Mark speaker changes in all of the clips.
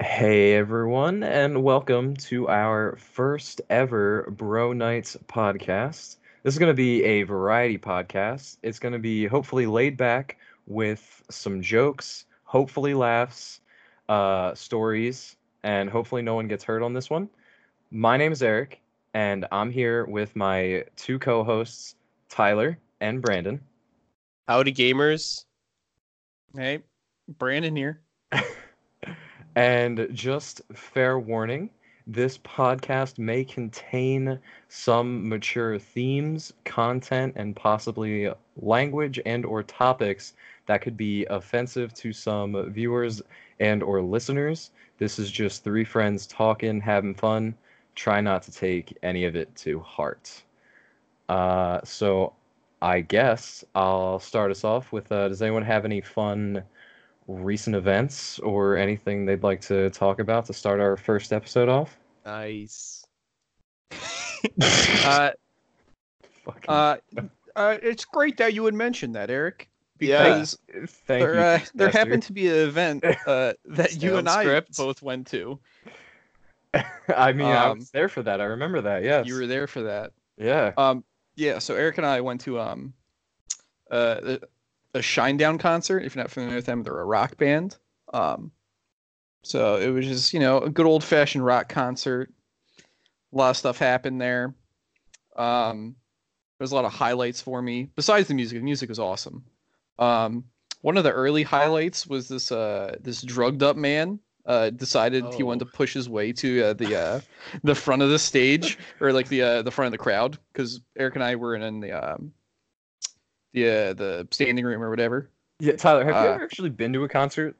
Speaker 1: Hey everyone, and welcome to our first ever Bro Nights podcast. This is going to be a variety podcast. It's going to be hopefully laid back with some jokes, hopefully laughs, uh, stories, and hopefully no one gets hurt on this one. My name is Eric, and I'm here with my two co-hosts, Tyler and Brandon.
Speaker 2: Howdy, gamers.
Speaker 3: Hey, Brandon here.
Speaker 1: And just fair warning this podcast may contain some mature themes, content, and possibly language and or topics that could be offensive to some viewers and or listeners. This is just three friends talking, having fun. Try not to take any of it to heart. Uh, so I guess I'll start us off with uh, does anyone have any fun recent events or anything they'd like to talk about to start our first episode off?
Speaker 2: Nice.
Speaker 3: Uh,
Speaker 1: Ah, Fucking
Speaker 3: uh, uh, it's great that you would mention that, Eric.
Speaker 2: Yeah.
Speaker 3: Because
Speaker 1: thank
Speaker 3: there,
Speaker 1: you.
Speaker 3: uh, there
Speaker 1: Chester.
Speaker 3: happened to be an event uh, that you
Speaker 2: Sound
Speaker 3: and I
Speaker 2: script.
Speaker 3: both went to.
Speaker 1: I mean, I
Speaker 3: um,
Speaker 1: was there for that. I remember that. Yes.
Speaker 3: You were there for that.
Speaker 1: Yeah.
Speaker 3: Um, yeah. So Eric and I went to um, uh, a Shinedown concert. If you're not familiar with them, they're a rock band. Um, so it was just you know a good old fashioned rock concert. A lot of stuff happened there. Um, there was a lot of highlights for me. Besides the music, the music was awesome. Um, one of the early highlights was this uh, this drugged up man uh, decided he wanted
Speaker 2: Oh.
Speaker 3: to push his way to uh, the uh, the front of the stage or like the uh, the front of the crowd because Eric and I were in the um, the uh, the standing room or whatever.
Speaker 1: Yeah, Tyler, have you
Speaker 3: uh,
Speaker 1: ever actually been to a concert?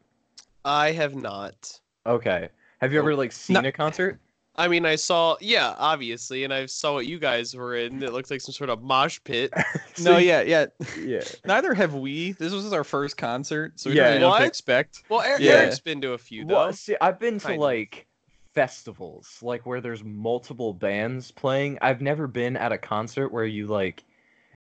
Speaker 2: I have not.
Speaker 1: Okay. Have you ever like seen
Speaker 3: Not-
Speaker 1: a concert?
Speaker 2: I mean, I saw, yeah, obviously, and I saw what you guys were in. It looked like some sort of mosh pit.
Speaker 3: no, yeah, yeah.
Speaker 1: Yeah.
Speaker 3: Neither have we. This was our first concert, so we
Speaker 1: Yeah.
Speaker 3: don't really know what
Speaker 2: What?
Speaker 3: to expect.
Speaker 2: Well, Eric,
Speaker 3: Yeah.
Speaker 2: Eric's been to a few though.
Speaker 1: Well, see, I've been to
Speaker 2: Kind of.
Speaker 1: like festivals, like where there's multiple bands playing. I've never been at a concert where you like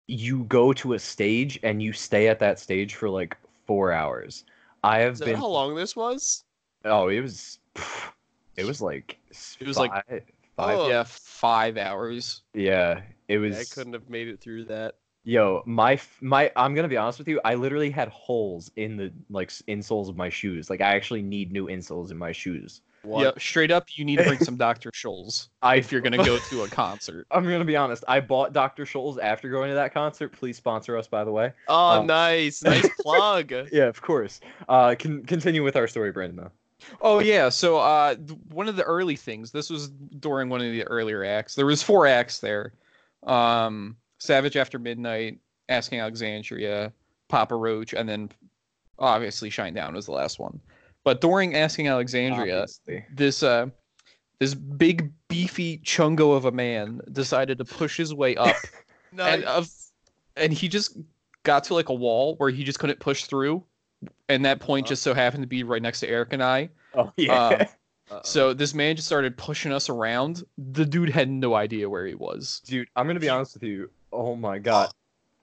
Speaker 1: you go to a stage and you stay at that stage for like four hours. I have
Speaker 2: Is that
Speaker 1: been.
Speaker 2: how long this was?
Speaker 1: Oh, it was. pff, It was like.
Speaker 2: It was, like,
Speaker 1: five- five.
Speaker 2: Oh.
Speaker 3: Yeah, five hours.
Speaker 1: Yeah, it was.
Speaker 2: I couldn't have made it through that.
Speaker 1: Yo, my f- my, I'm gonna be honest with you. I literally had holes in the like s- insoles of my shoes. Like I actually need new insoles in my shoes.
Speaker 2: What?
Speaker 3: Yeah, straight up, you need to bring some Dr. Scholl's
Speaker 1: I
Speaker 3: if you're gonna go to a concert.
Speaker 1: I'm gonna be honest. I bought Dr. Scholl's after going to that concert. Please sponsor us, by the way.
Speaker 2: Oh,
Speaker 1: Um,
Speaker 2: nice, nice plug.
Speaker 1: Yeah, of course. Uh, con- continue with our story, Brandon. Though.
Speaker 3: Oh yeah, so uh, th- one of the early things. This was during one of the earlier acts. There was four acts there. Um, Savage After Midnight, Asking Alexandria, Papa Roach, and then obviously Shinedown was the last one. But during Asking Alexandria,
Speaker 1: Obviously.
Speaker 3: this uh, this big beefy chungo of a man decided to push his way up
Speaker 2: Nice.
Speaker 3: and uh, of- and he just got to like a wall where he just couldn't push through and that point
Speaker 2: Uh-huh.
Speaker 3: just so happened to be right next to eric and i
Speaker 1: Oh yeah.
Speaker 2: Uh-oh.
Speaker 3: so this man just started pushing us around the dude had no idea where he was
Speaker 1: Dude, I'm gonna be honest with you. Oh my god,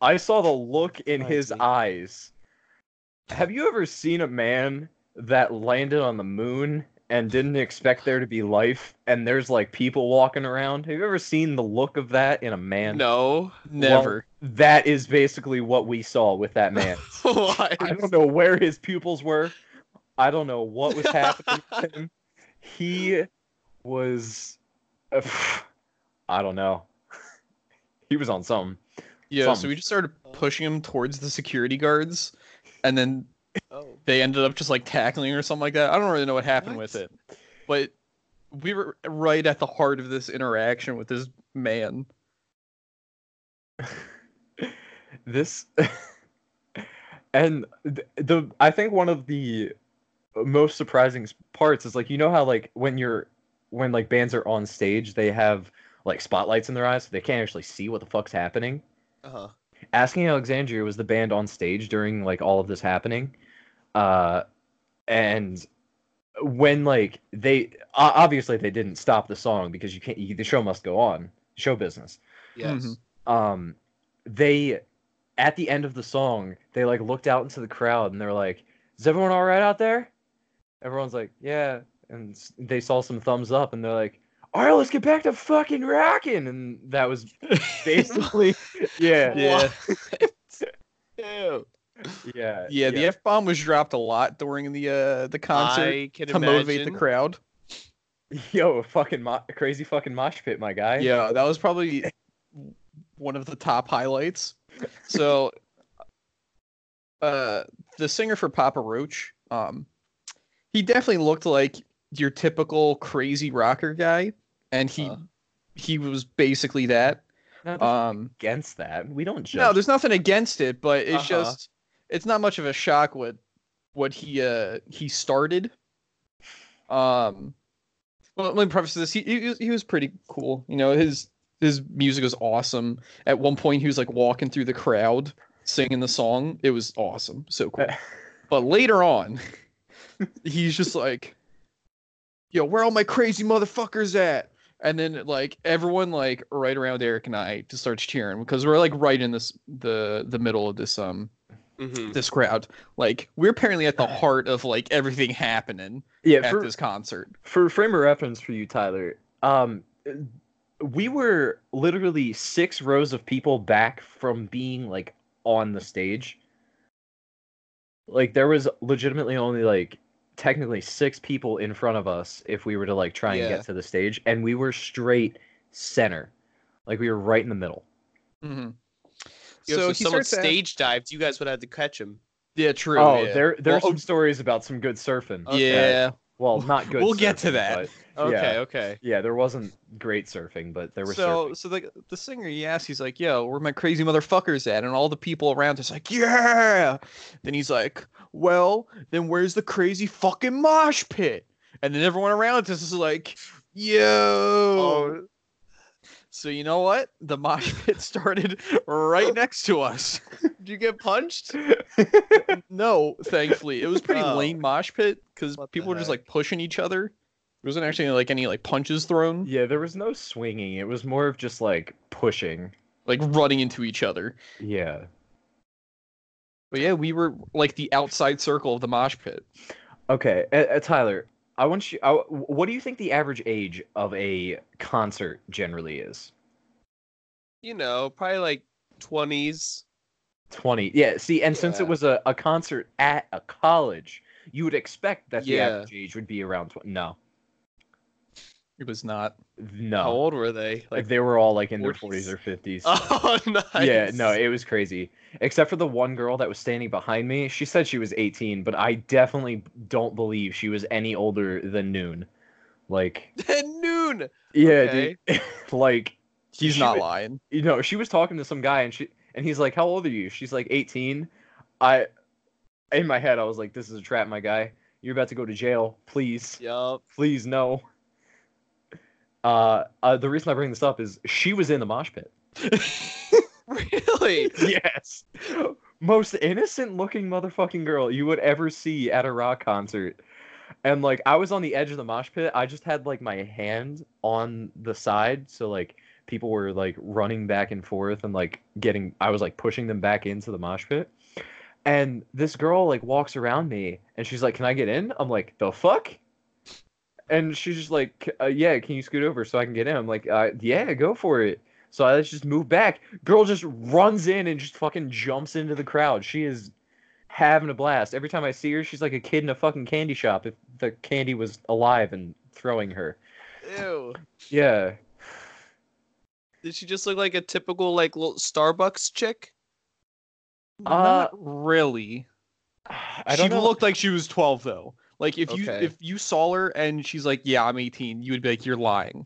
Speaker 1: I saw the look in
Speaker 2: I
Speaker 1: his
Speaker 2: see.
Speaker 1: eyes. Have you ever seen a man that landed on the moon and didn't expect there to be life, and there's like people walking around? Have you ever seen the look of that in a man?
Speaker 2: no.
Speaker 3: never
Speaker 1: That is basically what we saw with that man.
Speaker 2: what?
Speaker 1: I don't know where his pupils were. I don't know what was happening to him. He was. I don't know. He was on something.
Speaker 3: yeah so
Speaker 1: Something.
Speaker 3: we just started pushing him towards the security guards and then
Speaker 2: Oh.
Speaker 3: they ended up just like tackling or something like that i don't really know what happened with
Speaker 2: What?
Speaker 3: it but we were right at the heart of this interaction with this man
Speaker 1: This. and th- the I think one of the most surprising s- parts is like you know how like when you're when like bands are on stage they have like spotlights in their eyes so they can't actually see what the fuck's happening.
Speaker 2: Uh-huh.
Speaker 1: Asking Alexandria was the band on stage during like all of this happening, uh, and when like they o- obviously they didn't stop the song because you can't you, the show must go on show business.
Speaker 2: Yes.
Speaker 3: Mhm.
Speaker 1: Um, they at the end of the song they like looked out into the crowd and they're like, "Is everyone all right out there?" Everyone's like, "Yeah." and s- they saw some thumbs up, and they're like, "All right, let's get back to fucking rocking." And that was basically, yeah,
Speaker 3: Yeah.
Speaker 2: Ew.
Speaker 1: yeah,
Speaker 3: Yeah, the F bomb was dropped a lot during the uh the concert
Speaker 2: I can
Speaker 3: to motivate the
Speaker 2: imagine.
Speaker 3: crowd.
Speaker 1: yo, a fucking mo- a crazy fucking mosh pit, my guy.
Speaker 3: Yeah, that was probably one of the top highlights. So, uh, the singer for Papa Roach, um, he definitely looked like your typical crazy rocker guy, and he
Speaker 2: Uh.
Speaker 3: he was basically that.
Speaker 1: Not
Speaker 3: Um,
Speaker 1: against that. We don't judge.
Speaker 3: no, there's nothing against it, but it's
Speaker 2: Uh-huh.
Speaker 3: just it's not much of a shock what what he uh he started. Um, well, let me preface this. He, he was- he was pretty cool. You know, his his music was awesome. At one point, he was like walking through the crowd singing the song. It was awesome, so cool. but later on, he's just like, "Yo, where all my crazy motherfuckers at?" And then like everyone like right around Eric and I just starts cheering because we're like right in this the the middle of this um
Speaker 2: Mhm.
Speaker 3: this crowd. Like we're apparently at the heart of like everything happening
Speaker 1: yeah,
Speaker 3: at
Speaker 1: for,
Speaker 3: this concert.
Speaker 1: for frame of reference for you, Tyler, um, we were literally six rows of people back from being like on the stage. Like there was legitimately only like technically six people in front of us if we were to like try and
Speaker 2: Yeah.
Speaker 1: get to the stage, and we were straight center, like we were right in the middle.
Speaker 3: Mm-hmm. so
Speaker 2: Yo, so
Speaker 3: he
Speaker 2: if someone
Speaker 3: starts to ask-
Speaker 2: stage dived, you guys would have to catch him.
Speaker 3: yeah, true.
Speaker 1: oh,
Speaker 3: yeah.
Speaker 1: there there are
Speaker 3: Well,
Speaker 1: some stories about some good surfing.
Speaker 2: okay.
Speaker 3: yeah.
Speaker 1: Well, not good.
Speaker 3: We'll get to
Speaker 1: surfing,
Speaker 3: that.
Speaker 1: but-
Speaker 2: Okay,
Speaker 1: Yeah.
Speaker 2: okay.
Speaker 1: yeah, there wasn't great surfing, but there was
Speaker 3: so
Speaker 1: surfing.
Speaker 3: so the the singer he asks he's like yo where my crazy motherfuckers at and all the people around is like yeah then he's like well then where's the crazy fucking mosh pit and then everyone around us is like yo
Speaker 2: Um,
Speaker 3: so you know what the mosh pit started right next to us
Speaker 2: Did you get punched?
Speaker 3: no thankfully it was pretty
Speaker 2: Oh.
Speaker 3: lame mosh pit because
Speaker 2: What the
Speaker 3: people were just
Speaker 2: heck?
Speaker 3: like pushing each other there wasn't actually like any like punches thrown
Speaker 1: Yeah, there was no swinging. It was more of just like pushing.
Speaker 3: like running into each other
Speaker 1: Yeah.
Speaker 3: But yeah, we were like the outside circle of the mosh pit.
Speaker 1: Okay, uh, uh, Tyler, I want you. I, what do you think the average age of a concert generally is?
Speaker 2: You know, probably like 20s.
Speaker 1: Twenty. Yeah. See, and since it
Speaker 2: Yeah.
Speaker 1: was a, a concert at a college, you would expect that
Speaker 2: Yeah.
Speaker 1: the average age would be around twenty. No,
Speaker 3: It was not.
Speaker 2: How
Speaker 1: no.
Speaker 2: old were they?
Speaker 1: Oh. Like
Speaker 2: Like
Speaker 1: they were all like in their
Speaker 2: 40s?
Speaker 1: forties or fifties.
Speaker 2: Oh, nice.
Speaker 1: Yeah, no, it was crazy. Except for the one girl that was standing behind me. She said she was 18, but I definitely don't believe she was any older than noon. Like,
Speaker 2: At noon.
Speaker 1: yeah,
Speaker 2: Okay.
Speaker 1: dude. like,
Speaker 3: He's
Speaker 1: She
Speaker 3: not
Speaker 1: would-
Speaker 3: lying.
Speaker 1: you know, she was talking to some guy and she and he's like, "How old are you?" She's like, "18." I in my head I was like, "This is a trap, my guy. You're about to go to jail. Please.
Speaker 2: Yup.
Speaker 1: Please no." Uh, uh the reason I bring this up is she was in the mosh pit.
Speaker 2: Really?
Speaker 1: yes. Most innocent looking motherfucking girl you would ever see at a rock concert. And like I was on the edge of the mosh pit. I just had like my hand on the side so like people were like running back and forth and like getting I was like pushing them back into the mosh pit. And this girl like walks around me and she's like, "Can I get in?" I'm like, "The fuck?" And she's just like, "C- uh, "Yeah, can you scoot over so I can get in?" I'm like, uh, "Yeah, go for it." So I just move back. Girl just runs in and just fucking jumps into the crowd. She is having a blast. Every time I see her, she's like a kid in a fucking candy shop if the candy was alive and throwing her.
Speaker 2: Ew.
Speaker 1: Yeah.
Speaker 2: Did she just look like a typical like little Starbucks chick?
Speaker 1: Uh,
Speaker 3: not really.
Speaker 1: I don't
Speaker 3: she
Speaker 1: know.
Speaker 3: looked like she was 12 though. Like if you
Speaker 2: Okay.
Speaker 3: if you saw her and she's like, "Yeah, I'm 18," you would be like, "You're lying."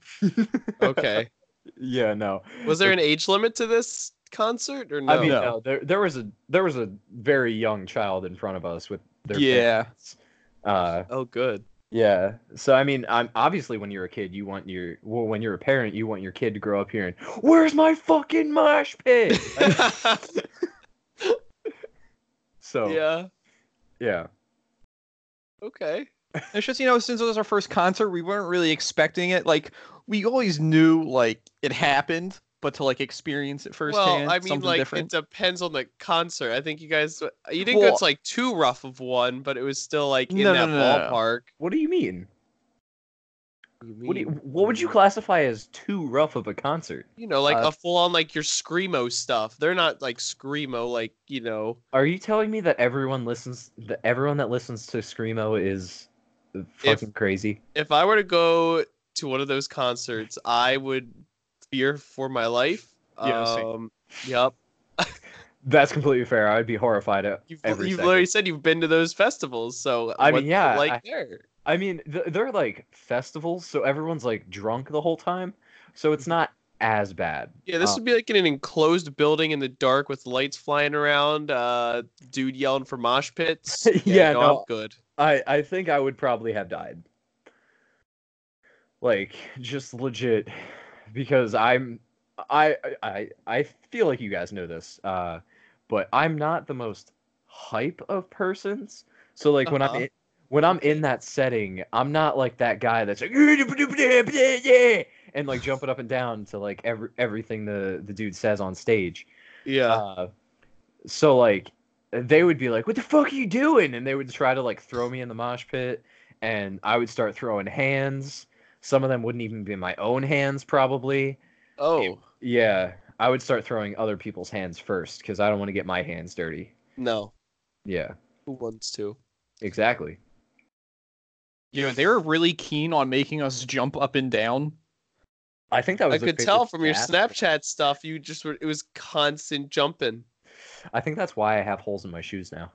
Speaker 2: Okay.
Speaker 1: yeah, no.
Speaker 2: Was there an age limit to this concert or no?
Speaker 1: I mean,
Speaker 3: No.
Speaker 1: no. there there was a there was a very young child in front of us with their
Speaker 3: yeah.
Speaker 1: parents. Uh,
Speaker 2: oh, good.
Speaker 1: yeah. So I mean, I'm obviously when you're a kid, you want your well, when you're a parent, you want your kid to grow up here and where's my fucking mosh pit? So yeah.
Speaker 2: yeah. Okay.
Speaker 3: It's just you know, since it was our first concert, we weren't really expecting it. Like we always knew like it happened, but to like experience it firsthand,
Speaker 2: well, I mean,
Speaker 3: something
Speaker 2: like
Speaker 3: different.
Speaker 2: it depends on the concert. I think you guys, you didn't
Speaker 3: Well-
Speaker 2: go to like too rough of one, but it was still like in
Speaker 3: No, no,
Speaker 2: that
Speaker 3: no, no, no.
Speaker 2: ballpark.
Speaker 1: What do you mean? What, do you, what would you classify as too rough of a concert?
Speaker 2: You know, like
Speaker 4: Uh,
Speaker 2: a full on like your screamo stuff. They're not like screamo, like you know.
Speaker 1: Are you telling me that everyone listens that everyone that listens to screamo is fucking crazy?
Speaker 2: If I were to go to one of those concerts, I would fear for my life.
Speaker 4: Yeah, same.
Speaker 2: um, yep.
Speaker 1: That's completely fair. I'd be horrified at
Speaker 2: You've,
Speaker 1: every
Speaker 2: you've
Speaker 1: second.
Speaker 2: literally said you've been to those festivals, so
Speaker 1: I mean,
Speaker 2: what's it
Speaker 1: yeah,
Speaker 2: like
Speaker 1: I-
Speaker 2: there.
Speaker 1: I mean, th- they're like festivals, so everyone's like drunk the whole time, so it's not as bad.
Speaker 2: Yeah, this
Speaker 1: Uh,
Speaker 2: would be like in an enclosed building in the dark with lights flying around, uh, dude yelling for mosh pits.
Speaker 1: Yeah,
Speaker 2: no,
Speaker 1: no.
Speaker 2: I'm good.
Speaker 1: I I think I would probably have died. Like just legit because I'm I I I feel like you guys know this. Uh but I'm not the most hype of persons. So like when I'm
Speaker 2: Uh-huh.
Speaker 1: in, when I'm in that setting, I'm not like that guy that's like yeah and like jumping up and down to like every everything the the dude says on stage.
Speaker 2: Yeah.
Speaker 1: Uh, so like they would be like, "What the fuck are you doing?" and they would try to like throw me in the mosh pit, and I would start throwing hands. Some of them wouldn't even be my own hands, probably.
Speaker 2: oh
Speaker 1: Yeah, I would start throwing other people's hands first because I don't want to get my hands dirty.
Speaker 2: no,
Speaker 1: Yeah,
Speaker 2: who wants to?
Speaker 1: exactly.
Speaker 4: You know, they were really keen on making us jump up and down.
Speaker 1: I think that was.
Speaker 2: I
Speaker 1: the
Speaker 2: could
Speaker 1: favorite
Speaker 2: tell from your
Speaker 1: stat.
Speaker 2: Snapchat stuff. You just were. It was constant jumping.
Speaker 1: I think that's why I have holes in my shoes now.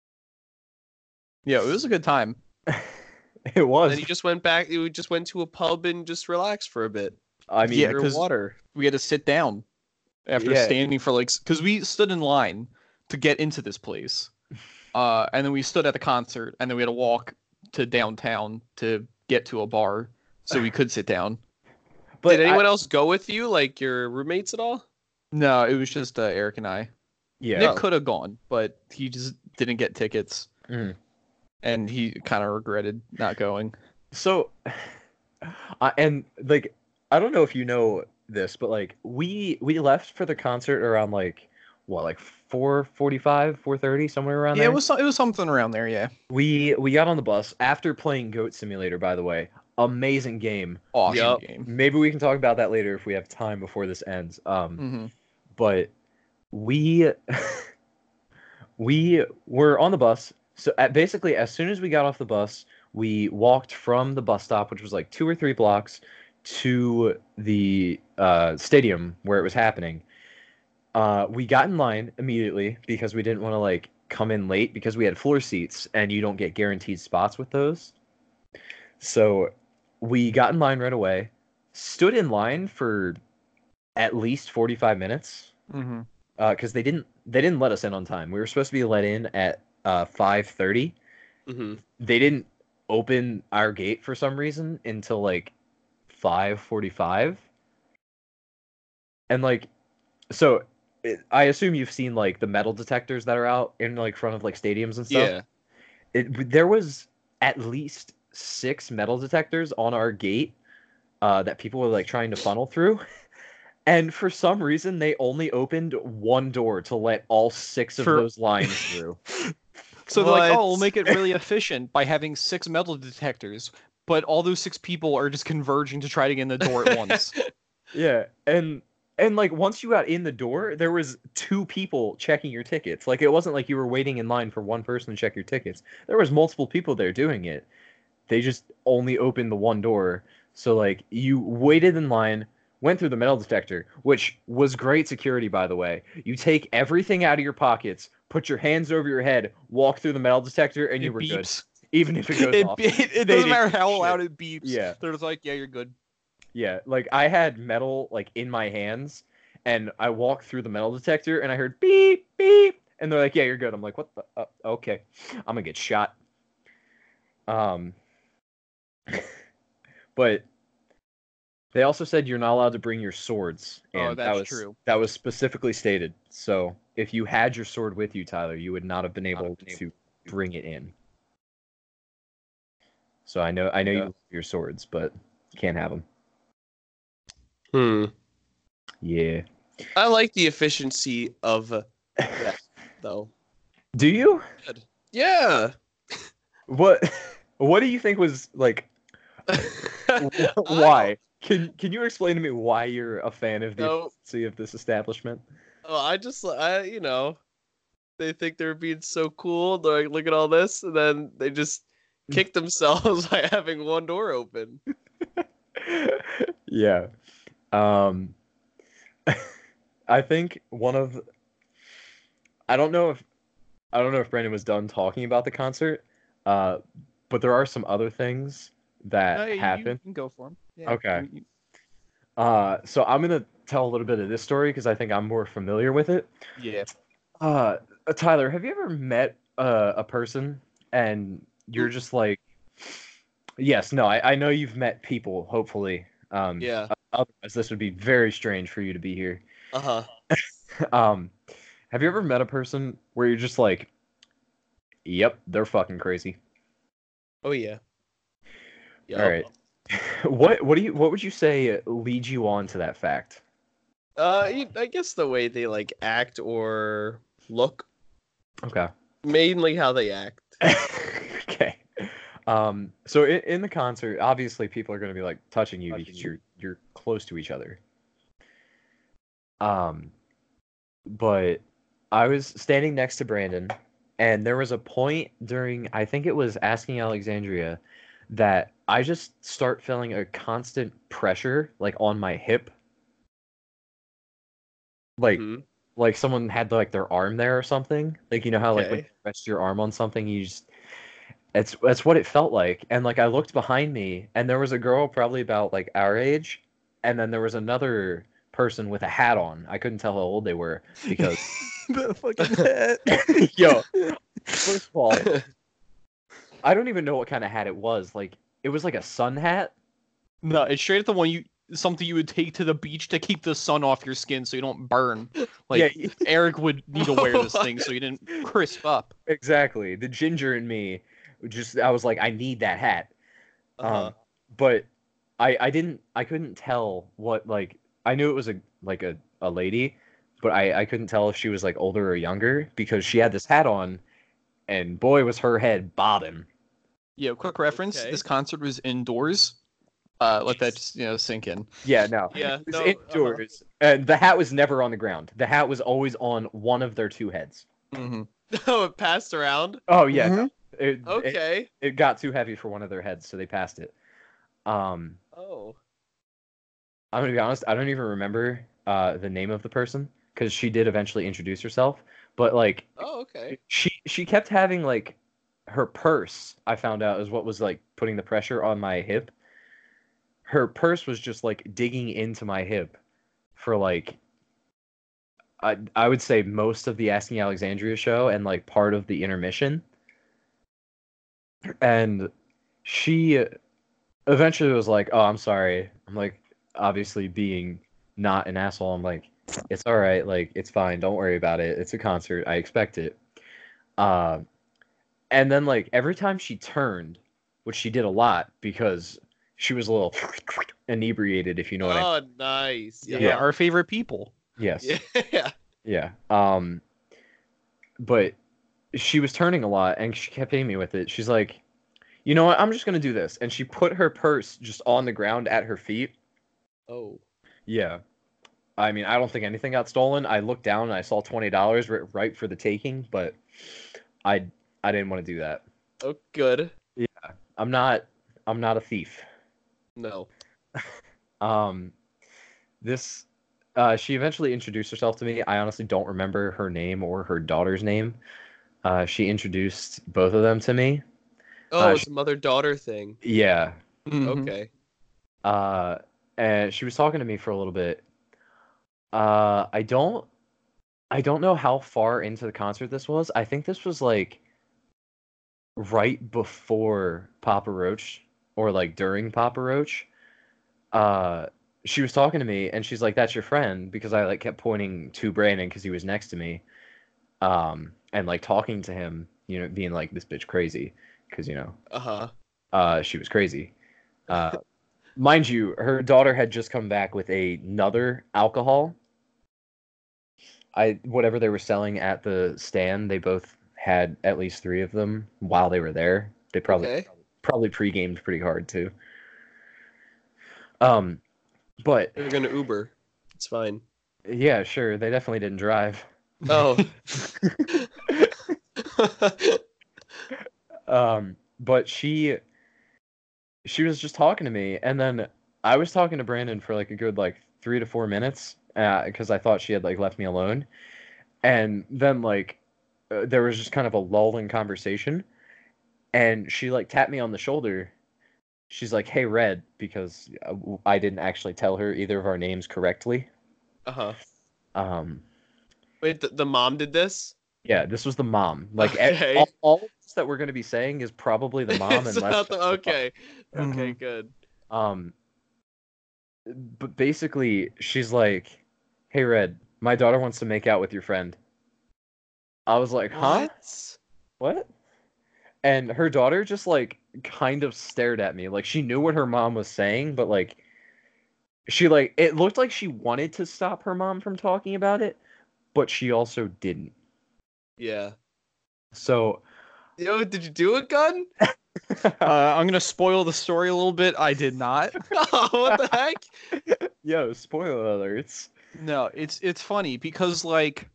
Speaker 4: Yeah, it was a good time.
Speaker 1: It
Speaker 2: And
Speaker 1: was.
Speaker 2: then you just went back. You just went to a pub and just relaxed for a bit.
Speaker 1: I mean,
Speaker 4: Yeah,
Speaker 2: Your
Speaker 4: 'cause-
Speaker 2: water.
Speaker 4: We had to sit down after
Speaker 1: Yeah.
Speaker 4: standing for like because we stood in line to get into this place, uh, and then we stood at the concert, and then we had to walk to downtown to get to a bar so we could sit down.
Speaker 1: but
Speaker 2: Did
Speaker 1: I-
Speaker 2: anyone else go with you? Like your roommates at all?
Speaker 4: No, it was just uh, Eric and I.
Speaker 1: yeah,
Speaker 4: Nick could have gone, but he just didn't get tickets,
Speaker 1: Mm.
Speaker 4: Mm-hmm. and he kind of regretted not going.
Speaker 1: So, I and like I don't know if you know this, but like we we left for the concert around like what like four forty five, four thirty, somewhere around
Speaker 4: Yeah,
Speaker 1: there.
Speaker 4: it was so- it was something around there. Yeah,
Speaker 1: We we got on the bus after playing Goat Simulator. By the way, amazing game.
Speaker 4: awesome
Speaker 2: Yup.
Speaker 4: game.
Speaker 1: Maybe we can talk about that later if we have time before this ends. Um,
Speaker 4: hmm
Speaker 1: but we we were on the bus so at, basically as soon as we got off the bus we walked from the bus stop which was like two or three blocks to the uh, stadium where it was happening uh, we got in line immediately because we didn't want to like come in late because we had floor seats and you don't get guaranteed spots with those so we got in line right away stood in line for at least 45 minutes
Speaker 4: hmm
Speaker 1: because uh, they didn't they didn't let us in on time. We were supposed to be let in at uh, five thirty.
Speaker 2: Mm-hmm.
Speaker 1: They didn't open our gate for some reason until like five forty five. And like, so it, I assume you've seen like the metal detectors that are out in like front of like stadiums and stuff.
Speaker 2: Yeah.
Speaker 1: It, there was at least six metal detectors on our gate uh, that people were like trying to funnel through. And for some reason, they only opened one door to let all six of
Speaker 4: For-
Speaker 1: those lines through.
Speaker 4: So they're like,
Speaker 2: What?
Speaker 4: oh, we'll make it really efficient by having six metal detectors, but all those six people are just converging to try to get in the door at once.
Speaker 1: yeah, and and like once you got in the door, there was two people checking your tickets. Like it wasn't like you were waiting in line for one person to check your tickets. There was multiple people there doing it. They just only opened the one door. So like you waited in line, went through the metal detector, which was great security by the way. You take everything out of your pockets, put your hands over your head, walk through the metal detector, and you
Speaker 4: It
Speaker 1: were good.
Speaker 4: beeps.
Speaker 1: even if it goes
Speaker 4: It,
Speaker 1: off.
Speaker 4: be- it,
Speaker 1: They
Speaker 4: doesn't
Speaker 1: didn't
Speaker 4: matter how
Speaker 1: shit.
Speaker 4: loud it beeps.
Speaker 1: Yeah.
Speaker 4: They're just like, yeah, you're good.
Speaker 1: Yeah, like I had metal like in my hands, and I walked through the metal detector, and I heard beep beep, and they're like, "Yeah, you're good." I'm like, "What the? Uh, okay, I'm gonna get shot." Um, but they also said you're not allowed to bring your swords,
Speaker 4: Oh,
Speaker 1: and that
Speaker 4: that's
Speaker 1: was
Speaker 4: true.
Speaker 1: that was specifically stated. So if you had your sword with you, Tyler, you would not have been able
Speaker 4: have been
Speaker 1: to bring it in. So I know I know you
Speaker 4: Yeah.
Speaker 1: love your swords, but you can't have them.
Speaker 2: Hmm.
Speaker 1: Yeah.
Speaker 2: I like the efficiency of that, though.
Speaker 1: Do you?
Speaker 2: Yeah.
Speaker 1: What What do you think was like? why? Can can you explain to me why you're a fan of the
Speaker 2: No.
Speaker 1: efficiency of this establishment?
Speaker 2: Well, oh, I just, I, you know, they think they're being so cool. They're like, look at all this, and then they just
Speaker 1: Hmm.
Speaker 2: kick themselves by having one door open.
Speaker 1: yeah. Um I think one of I don't know if I don't know if Brandon was done talking about the concert, uh, but there are some other things that
Speaker 4: No, Oh, you-
Speaker 1: happen.
Speaker 4: You can go for him.
Speaker 1: Okay. Uh, so I'm gonna tell a little bit of this story because I think I'm more familiar with it.
Speaker 2: Yeah.
Speaker 1: Uh, Tyler, have you ever met uh, a person and you're just like, yes, no, I, I know you've met people, hopefully. Um,
Speaker 2: Yeah.
Speaker 1: Otherwise, this would be very strange for you to be here.
Speaker 2: Uh huh.
Speaker 1: Um, have you ever met a person where you're just like, yep, they're fucking crazy.
Speaker 2: Oh yeah. Yeah.
Speaker 1: All right. what what do you what would you say leads you on to that fact?
Speaker 2: Uh, you- I guess the way they like act or look,
Speaker 1: Okay.
Speaker 2: mainly how they act.
Speaker 1: okay. Um, so in, in the concert, obviously people are going to be like touching you
Speaker 2: Touching
Speaker 1: because
Speaker 2: you.
Speaker 1: you're you're close to each other. Um, but I was standing next to Brandon, and there was a point during I think it was asking Alexandria that I just start feeling a constant pressure like on my hip, like
Speaker 2: Mhm.
Speaker 1: like someone had like their arm there or something. Like you know how like when
Speaker 2: Okay.
Speaker 1: you rest your arm on something, you just it's that's what it felt like. And like I looked behind me, and there was a girl probably about like our age, and then there was another person with a hat on. I couldn't tell how old they were because
Speaker 4: the fucking hat.
Speaker 1: yo, first of all, I don't even know what kind of hat it was. Like it was like a sun hat.
Speaker 4: No, it's straight at the one you something you would take to the beach to keep the sun off your skin so you don't burn. Like
Speaker 1: yeah,
Speaker 4: Eric would need to wear this thing so you didn't crisp up.
Speaker 1: exactly. The ginger in me just I was like, I need that hat.
Speaker 2: Uh-huh.
Speaker 1: Um, but I I didn't I couldn't tell what like I knew it was a like a, a lady, but I I couldn't tell if she was like older or younger because she had this hat on, and boy was her head bobbing.
Speaker 4: Yeah, quick reference.
Speaker 2: Okay.
Speaker 4: This concert was indoors. Uh, let that just you know sink in.
Speaker 1: Yeah, no.
Speaker 2: Yeah,
Speaker 1: It was
Speaker 2: no, uh-huh.
Speaker 1: indoors, and the hat was never on the ground. The hat was always on one of their two heads.
Speaker 4: Mm-hmm.
Speaker 2: oh, it passed around.
Speaker 1: Oh yeah, no. it, it
Speaker 2: Okay.
Speaker 1: it got too heavy for one of their heads, so they passed it. Um,
Speaker 2: Oh.
Speaker 1: I'm gonna be honest. I don't even remember uh, the name of the person because she did eventually introduce herself. But like,
Speaker 2: Oh, okay.
Speaker 1: she she kept having like her purse. I found out is what was like putting the pressure on my hip. Her purse was just like digging into my hip for like. I I would say most of the Asking Alexandria show and like part of the intermission. And she eventually was like, "Oh, I'm sorry." I'm like, obviously being not an asshole. I'm like, "It's all right. Like, it's fine. Don't worry about it. It's a concert. I expect it." Uh, and then like every time she turned, which she did a lot because she was a little inebriated, if you know what I mean.
Speaker 2: Oh, nice.
Speaker 4: Yeah.
Speaker 1: Yeah.
Speaker 4: our favorite people.
Speaker 1: Yes.
Speaker 2: Yeah.
Speaker 1: Yeah. Um but she was turning a lot and she kept hitting me with it. She's like, "You know what? I'm just going to do this." And she put her purse just on the ground at her feet.
Speaker 2: Oh.
Speaker 1: Yeah. I mean, I don't think anything got stolen. I looked down and I saw $20 ri- right for the taking, but I I didn't want to do that.
Speaker 2: Oh, good.
Speaker 1: I'm not I'm not a thief.
Speaker 2: No.
Speaker 1: Um, this, uh, she eventually introduced herself to me. I honestly don't remember her name or her daughter's name. Uh, she introduced both of them to me.
Speaker 2: Oh,
Speaker 1: Uh,
Speaker 2: it's a mother daughter thing.
Speaker 1: Yeah.
Speaker 3: Mm-hmm.
Speaker 4: Mhm.
Speaker 2: Okay.
Speaker 1: Uh, and she was talking to me for a little bit. Uh, I don't, I don't know how far into the concert this was. I think this was like right before Papa Roach or like during Papa Roach. Uh, she was talking to me and she's like, "That's your friend," because I like kept pointing to Brandon because he was next to me, um, and like talking to him, you know, being like, "This bitch crazy," because you know
Speaker 2: Uh huh.
Speaker 1: uh, she was crazy. Uh, mind you, her daughter had just come back with a- another alcohol. I whatever they were selling at the stand, they both had at least three of them while they were there. They probably
Speaker 2: Okay.
Speaker 1: probably pre-gamed pretty hard too. Um, but
Speaker 2: They're gonna Uber. It's fine.
Speaker 1: yeah, sure, they definitely didn't drive.
Speaker 2: Oh.
Speaker 1: um but she she was just talking to me and then i was talking to brandon for like a good like three to four minutes because i thought she had like left me alone and then like uh, there was just kind of a lull in conversation and she like tapped me on the shoulder she's like hey red because uh, w- i didn't actually tell her either of our names correctly
Speaker 2: uh huh.
Speaker 1: um
Speaker 2: Wait, the, the mom did this.
Speaker 1: yeah this was the mom like e-
Speaker 2: Okay.
Speaker 1: all, all that we're going to be saying is probably the mom
Speaker 2: It's
Speaker 1: unless
Speaker 2: not the-
Speaker 1: that's the
Speaker 2: okay.
Speaker 3: Mhm.
Speaker 2: Okay. Good.
Speaker 1: Um, but basically, she's like, "Hey, Red, my daughter wants to make out with your friend." I was like, "Huh?
Speaker 2: What?
Speaker 1: What?" And her daughter just like kind of stared at me, like she knew what her mom was saying, but like she like it looked like she wanted to stop her mom from talking about it, but she also didn't.
Speaker 2: Yeah.
Speaker 1: So
Speaker 2: Yo, did you do it, gun?
Speaker 3: Uh, I'm gonna spoil the story a little bit. I did not.
Speaker 2: oh, what the heck?
Speaker 1: yo, spoiler alerts.
Speaker 3: No, it's it's funny because like,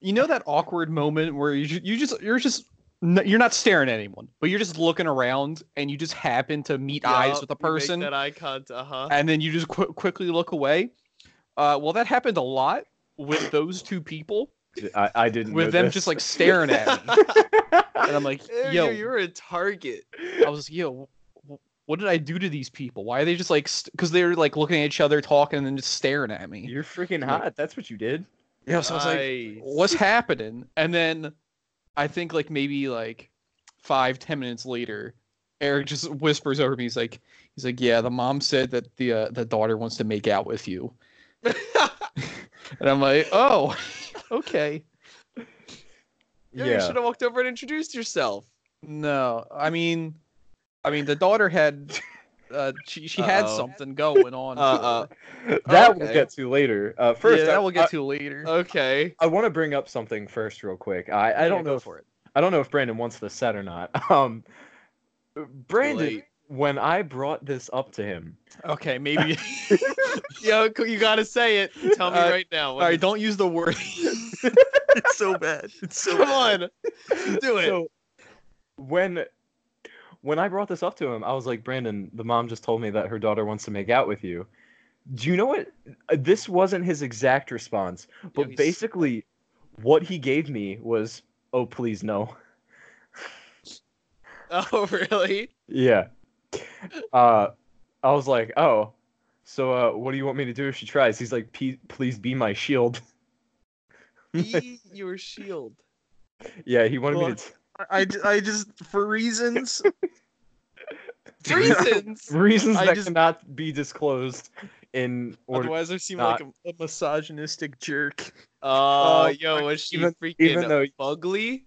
Speaker 3: you know that awkward moment where you ju- you just you're just n- you're not staring at anyone, but you're just looking around and you just happen to meet eyes
Speaker 2: Yup,
Speaker 3: with a
Speaker 2: you make
Speaker 3: person,
Speaker 2: that eye contact. Uh huh.
Speaker 3: and then you just qu- quickly look away. Uh, well, that happened a lot with those two people,
Speaker 1: I, I didn't
Speaker 3: with
Speaker 1: know
Speaker 3: them
Speaker 1: this.
Speaker 3: just like staring at me, and I'm like, yo,
Speaker 2: Yo, you were a target.
Speaker 3: I was like, yo, wh- what did I do to these people? Why are they just like, because they were like looking at each other, talking, and then just staring at me.
Speaker 1: you're freaking
Speaker 3: Like-
Speaker 1: hot. That's what you did.
Speaker 3: Yeah, so I was like,
Speaker 2: Nice.
Speaker 3: what's happening? And then I think like maybe like five, ten minutes later, Eric just whispers over me. He's like, he's like, yeah, the mom said that the uh, the daughter wants to make out with you, and I'm like, oh, okay.
Speaker 2: Yo, You should have walked over and introduced yourself.
Speaker 3: No, I mean, I mean, the daughter had, uh, she she had
Speaker 2: Uh-oh.
Speaker 3: something going on.
Speaker 2: Uh
Speaker 3: Uh-uh.
Speaker 2: uh.
Speaker 1: that we'll
Speaker 2: Okay.
Speaker 1: get to later. Uh, first,
Speaker 3: Oh, yeah, that
Speaker 1: I,
Speaker 3: we'll get to later.
Speaker 2: Okay.
Speaker 1: I, want to bring up something first, real quick. I, I don't know. If,
Speaker 3: for it.
Speaker 1: I don't know if Brandon wants this set or not. Um, Brandon,
Speaker 2: late.
Speaker 1: when I brought this up to him,
Speaker 3: Okay, maybe.
Speaker 2: Yo, c- you gotta say it. Tell me
Speaker 3: Uh,
Speaker 2: right now.
Speaker 3: All right, don't use the word.
Speaker 2: It's so bad. It's so Come on. Do it.
Speaker 1: so when when I brought this up to him, I was like, Brandon, the mom just told me that her daughter wants to make out with you. Do you know what? uh, This wasn't his exact response, but
Speaker 2: he's-
Speaker 1: basically, what he gave me was, "Oh, please, no."
Speaker 2: Oh, really?
Speaker 1: Yeah. Uh, I was like, oh, so uh, what do you want me to do if she tries? He's like, "Pe- please be my shield.
Speaker 2: Be your shield.
Speaker 1: Yeah, he wanted me
Speaker 3: Look.
Speaker 1: to. T-
Speaker 3: I, I- I just for reasons
Speaker 2: Reasons.
Speaker 1: reasons
Speaker 3: I
Speaker 1: that
Speaker 3: just-
Speaker 1: cannot be disclosed in order.
Speaker 3: otherwise I seem like a, a misogynistic jerk.
Speaker 2: Oh,
Speaker 1: Oh,
Speaker 2: yo, was she
Speaker 1: even-
Speaker 2: freaking
Speaker 1: even though-
Speaker 2: fugly?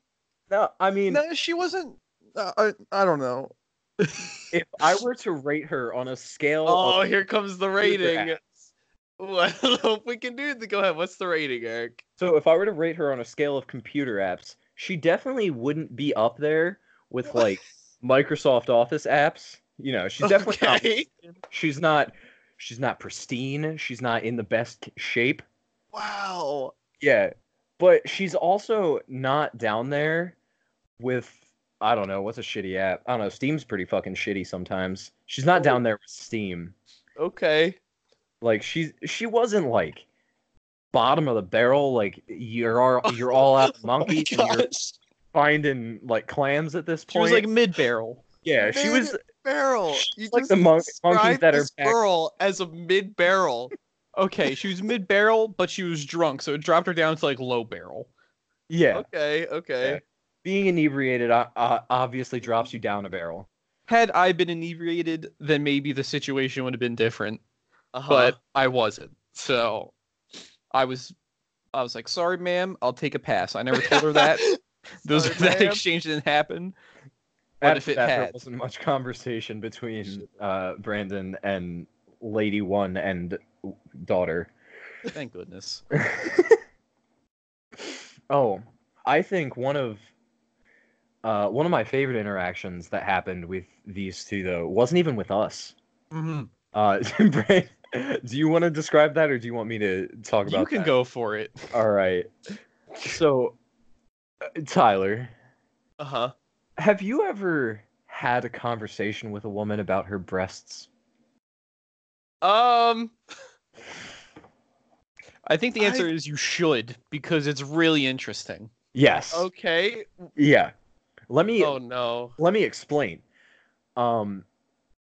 Speaker 1: No, I mean,
Speaker 3: No, she wasn't. Uh, I I don't know.
Speaker 1: if I were to rate her on a scale
Speaker 2: Oh,
Speaker 1: of
Speaker 2: here comes the rating. Ooh, I don't know if we can do it. Go ahead. What's the rating, Eric?
Speaker 1: So if I were to rate her on a scale of computer apps, she definitely wouldn't be up there with like Microsoft Office apps. You know, she's definitely not-
Speaker 2: Okay.
Speaker 1: she's not she's not pristine, she's not in the best shape.
Speaker 2: Wow.
Speaker 1: Yeah. But she's also not down there with I don't know, what's a shitty app? I don't know, Steam's pretty fucking shitty sometimes. She's not down there with Steam.
Speaker 2: Okay.
Speaker 1: Like she's she wasn't like bottom of the barrel, like you're all you're all out monkey and you're
Speaker 2: Oh Gosh.
Speaker 1: finding like clams at this
Speaker 3: She
Speaker 1: point.
Speaker 3: was like mid barrel.
Speaker 1: Yeah, she was
Speaker 2: Barrel.
Speaker 1: She's
Speaker 2: You
Speaker 1: like
Speaker 2: just
Speaker 1: the mon- monkeys
Speaker 2: described
Speaker 1: that are
Speaker 2: this
Speaker 1: back-
Speaker 2: girl as a mid barrel.
Speaker 3: Okay, she was mid barrel, but she was drunk, so it dropped her down to like low barrel.
Speaker 1: yeah.
Speaker 2: Okay. Okay.
Speaker 1: Yeah. Being inebriated uh, uh, obviously drops you down a barrel.
Speaker 3: Had I been inebriated, then maybe the situation would have been different.
Speaker 2: Uh-huh.
Speaker 3: But I wasn't, so I was. I was like, "Sorry, ma'am, I'll take a pass." I never told her that. Those
Speaker 2: Sorry,
Speaker 3: that
Speaker 2: ma'am.
Speaker 3: exchange didn't happen. What
Speaker 1: After
Speaker 3: if it
Speaker 1: that, there
Speaker 3: had?
Speaker 1: wasn't much conversation between uh, Brandon and Lady One and daughter.
Speaker 3: Thank goodness.
Speaker 1: Oh, I think one of uh, one of my favorite interactions that happened with these two though wasn't even with us. Uh, Bray, do you want to describe that, or do you want me to talk about?
Speaker 4: You can
Speaker 1: that?
Speaker 4: go for it.
Speaker 1: All right. So, uh, Tyler,
Speaker 2: Uh
Speaker 4: Uh-huh.
Speaker 2: huh.
Speaker 1: have you ever had a conversation with a woman about her breasts?
Speaker 2: Um.
Speaker 4: I think the
Speaker 2: I-
Speaker 4: answer is you should because it's really interesting.
Speaker 1: Yes.
Speaker 2: Okay.
Speaker 1: Yeah. Let me
Speaker 2: Oh no.
Speaker 1: let me explain. Um,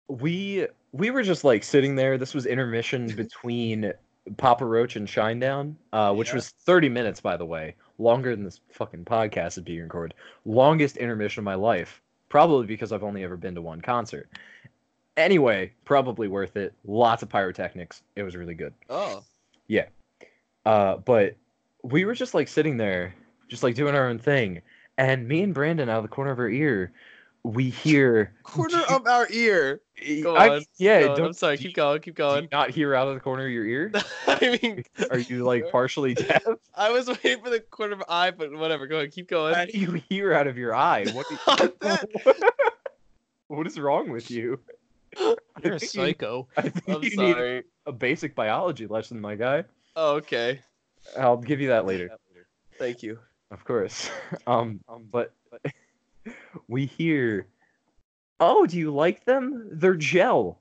Speaker 1: we we were just like sitting there. This was intermission between Papa Roach and Shinedown, uh, which
Speaker 4: Yeah.
Speaker 1: was thirty minutes, by the way, longer than this fucking podcast is being recorded. Longest intermission of my life, probably because I've only ever been to one concert. Anyway, probably worth it. Lots of pyrotechnics. It was really good.
Speaker 2: Oh.
Speaker 1: Uh, but we were just like sitting there, just like doing our own thing. And me and Brandon, out of the corner of our ear, we hear
Speaker 2: Corner of our ear. Go
Speaker 1: I-
Speaker 2: on,
Speaker 1: yeah,
Speaker 2: Go on,
Speaker 1: don't,
Speaker 2: I'm sorry.
Speaker 1: do
Speaker 2: Keep
Speaker 1: you-
Speaker 2: going. Keep
Speaker 1: do you
Speaker 2: going.
Speaker 1: not hear out of the corner of your ear?
Speaker 2: I mean,
Speaker 1: Are you like partially deaf?
Speaker 2: I was waiting for the corner of eye, but whatever. Go ahead. Keep going.
Speaker 1: How do you hear out of your eye? What, do
Speaker 2: That-
Speaker 1: what is wrong with you?
Speaker 4: You're a
Speaker 1: think you-
Speaker 4: psycho.
Speaker 1: I think
Speaker 2: I'm
Speaker 1: you need
Speaker 2: sorry.
Speaker 1: a basic biology lesson, my guy.
Speaker 2: Oh, okay.
Speaker 1: I'll give you that later.
Speaker 2: Thank you.
Speaker 1: Of course. Um, but we hear, oh, do you like them? They're gel.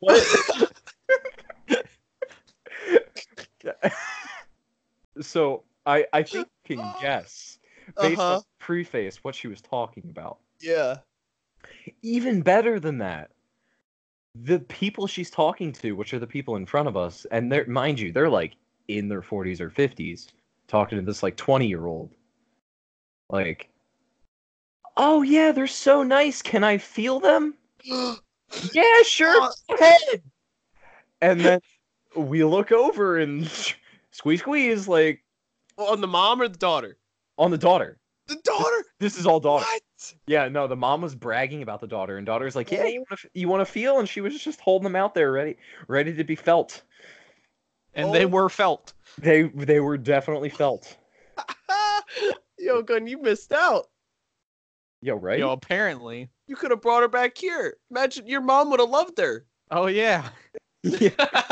Speaker 1: What? so I I think you can guess based
Speaker 2: Uh-huh.
Speaker 1: on the preface what she was talking about.
Speaker 2: Yeah.
Speaker 1: Even better than that, the people she's talking to, which are the people in front of us, and they're mind you, they're like in their forties or fifties, talking to this like twenty year old. Like, oh yeah, they're so nice. Can I feel them? yeah, sure. go ahead. And then we look over and squeeze, squeeze, like
Speaker 2: Well, on the mom or the daughter?
Speaker 1: on the daughter.
Speaker 2: The daughter.
Speaker 1: This is all daughter.
Speaker 2: What?
Speaker 1: Yeah, no, the mom was bragging about the daughter, and daughter's like, "Yeah, you want to, you want to feel," and she was just holding them out there, ready, ready to be felt.
Speaker 4: And they
Speaker 2: Oh.
Speaker 4: were felt.
Speaker 1: They, they were definitely felt.
Speaker 2: Yo, gun, you missed out.
Speaker 1: Yo, right?
Speaker 4: You know, apparently.
Speaker 2: You could have brought her back here. Imagine your mom would have loved her.
Speaker 4: Oh yeah.
Speaker 1: Yeah,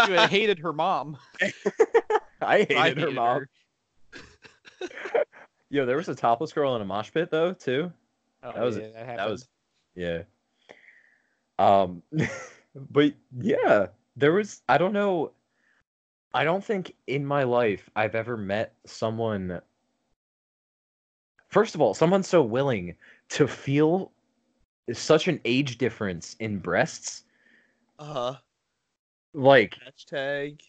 Speaker 4: You had hated her mom.
Speaker 1: I hated
Speaker 4: I
Speaker 1: her
Speaker 4: hated
Speaker 1: mom.
Speaker 4: her.
Speaker 1: Yo, there was a topless girl in a mosh pit though, too.
Speaker 4: Oh,
Speaker 1: That was-
Speaker 4: yeah, that,
Speaker 1: that was-
Speaker 4: happened.
Speaker 1: Yeah. Um, but yeah, there was. I don't know. I don't think in my life I've ever met someone. First of all, someone so willing to feel such an age difference in breasts.
Speaker 2: Uh huh.
Speaker 1: Like
Speaker 2: Hashtag.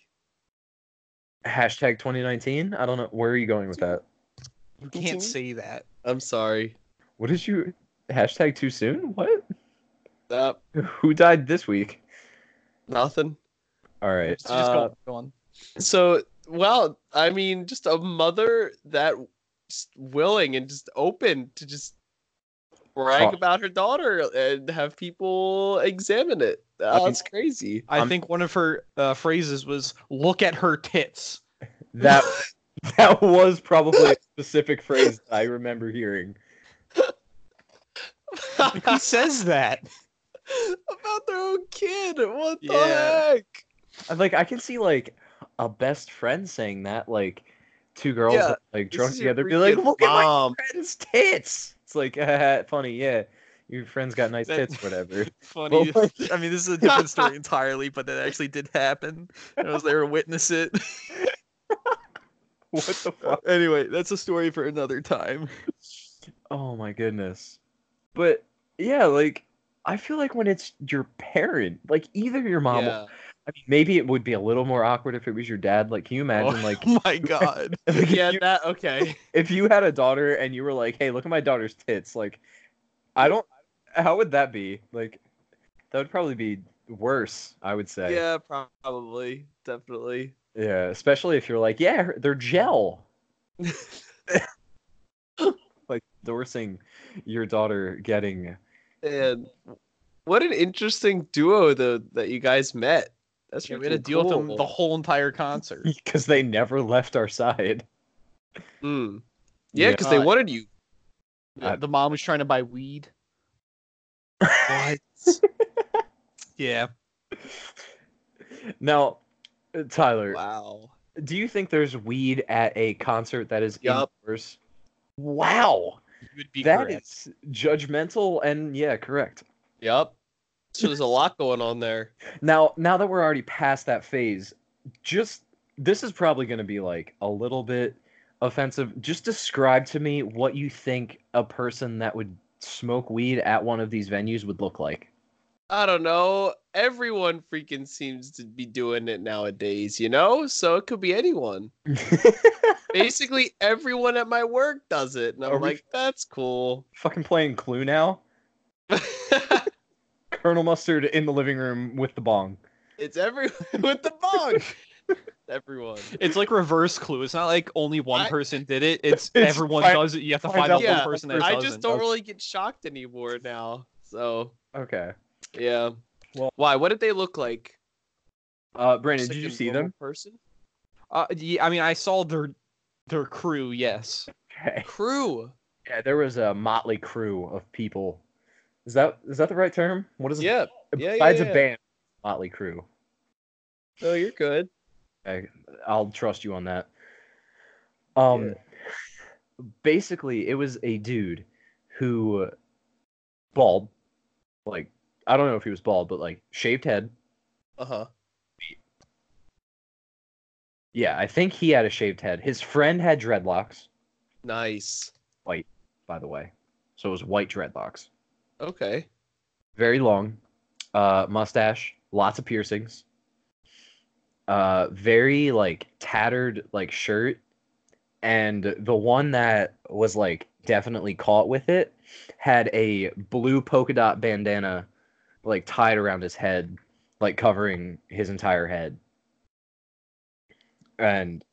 Speaker 1: hashtag 2019. I don't know. Where are you going with that?
Speaker 4: You can't say that.
Speaker 2: I'm sorry.
Speaker 1: What did you hashtag too soon? What?
Speaker 2: Uh,
Speaker 1: Who died this week?
Speaker 2: nothing.
Speaker 1: All right.
Speaker 4: Just just
Speaker 2: Uh,
Speaker 4: go go on.
Speaker 2: So, well, I mean, just a mother that just willing and just open to just brag
Speaker 1: Talk.
Speaker 2: about her daughter and have people examine it. Oh, it's crazy.
Speaker 4: I
Speaker 1: I'm-
Speaker 4: think one of her uh, phrases was "look at her tits."
Speaker 1: That that was probably a specific phrase that I remember hearing.
Speaker 4: Who
Speaker 2: about
Speaker 4: says that?
Speaker 2: their own kid. What the
Speaker 4: Yeah.
Speaker 2: heck?
Speaker 1: I- Like I can see like a best friend saying that, like two girls
Speaker 2: Yeah,
Speaker 1: that, like
Speaker 2: This
Speaker 1: drunk
Speaker 2: is your
Speaker 1: together, be like,
Speaker 2: freaking
Speaker 1: "Look at my
Speaker 2: mom.
Speaker 1: friend's tits." It's like haha, funny, yeah. Your friend's got nice
Speaker 4: That-
Speaker 1: tits, whatever.
Speaker 4: Funny.
Speaker 1: Well,
Speaker 4: I mean, this is a different story entirely, but that actually did happen. I was there to witness it.
Speaker 1: what the fuck?
Speaker 4: anyway, that's a story for another time.
Speaker 1: Oh my goodness. But yeah, like I feel like when it's your parent, like either your mom,
Speaker 2: Yeah.
Speaker 1: I mean, maybe it would be a little more awkward if it was your dad. Like, can you imagine, like,
Speaker 4: oh my god.
Speaker 1: like,
Speaker 2: yeah,
Speaker 1: if, you,
Speaker 2: that okay.
Speaker 1: if you had a daughter and you were like, "Hey, look at my daughter's tits," like, I don't. How would that be? Like, that would probably be worse. I would say.
Speaker 2: Yeah, probably, definitely.
Speaker 1: Yeah, especially if you're like, yeah, they're gel. like endorsing your daughter getting.
Speaker 2: And what an interesting duo though that you guys met. That's
Speaker 4: Yeah,
Speaker 2: really
Speaker 4: we had to deal with them
Speaker 2: cool.
Speaker 4: the whole entire concert.
Speaker 1: Because they never left our side.
Speaker 2: Mm. Yeah,
Speaker 1: Yeah.
Speaker 2: because they wanted you.
Speaker 1: Yeah.
Speaker 4: the mom was trying to buy weed. What? yeah.
Speaker 1: Now, uh, Tyler,
Speaker 2: Wow.
Speaker 1: do you think there's weed at a concert that is
Speaker 2: Yup.
Speaker 1: indoors? Wow,
Speaker 4: You would be
Speaker 1: that
Speaker 4: correct.
Speaker 1: is judgmental and yeah, correct.
Speaker 2: Yep. So there's a lot going on there.
Speaker 1: Now, now that we're already past that phase, just this is probably going to be like a little bit offensive. Just describe to me what you think a person that would smoke weed at one of these venues would look like.
Speaker 2: I don't know. Everyone freaking seems to be doing it nowadays, you know? So it could be anyone. Basically, everyone at my work does it. And I'm
Speaker 1: Are we-
Speaker 2: like, that's cool.
Speaker 1: Fucking playing Clue now. Colonel Mustard in the living room with the bong.
Speaker 2: it's everyone with the bug. everyone.
Speaker 3: It's like reverse clue. It's not like only one
Speaker 2: I-
Speaker 3: person did it. It's,
Speaker 1: It's
Speaker 3: everyone
Speaker 1: fi-
Speaker 3: does it. You have to
Speaker 1: finds
Speaker 3: find out
Speaker 1: out
Speaker 2: Yeah,
Speaker 3: one person that
Speaker 2: I
Speaker 3: doesn't.
Speaker 2: just don't
Speaker 1: Okay.
Speaker 2: really get shocked anymore now. So,
Speaker 1: Okay.
Speaker 2: yeah.
Speaker 1: Well-
Speaker 2: Why? What did they look like?
Speaker 1: Uh, Brandon,
Speaker 2: Just
Speaker 1: did
Speaker 2: like
Speaker 1: you
Speaker 2: a
Speaker 1: see
Speaker 2: normal
Speaker 1: them?
Speaker 2: Person?
Speaker 3: Uh, yeah, I mean, I saw their their crew. Yes.
Speaker 1: Okay.
Speaker 2: Crew.
Speaker 1: Yeah, there was a motley crew of people. Is that is that the right term? What is it?
Speaker 2: Yeah. yeah,
Speaker 1: Besides
Speaker 2: yeah.
Speaker 1: a band, motley crew.
Speaker 2: Oh, you're good.
Speaker 1: I, I'll trust you on that. Um, basically, it was a dude who bald, like I don't know if he was bald, but like shaved head.
Speaker 2: Uh huh.
Speaker 1: Yeah, I think he had a shaved head. His friend had dreadlocks,
Speaker 2: Nice.
Speaker 1: by the way, so it was white dreadlocks,
Speaker 2: Okay.
Speaker 1: very long, uh, mustache, lots of piercings, uh, very like tattered like shirt, and the one that was like definitely caught with it had a blue polka dot bandana like tied around his head like covering his entire head and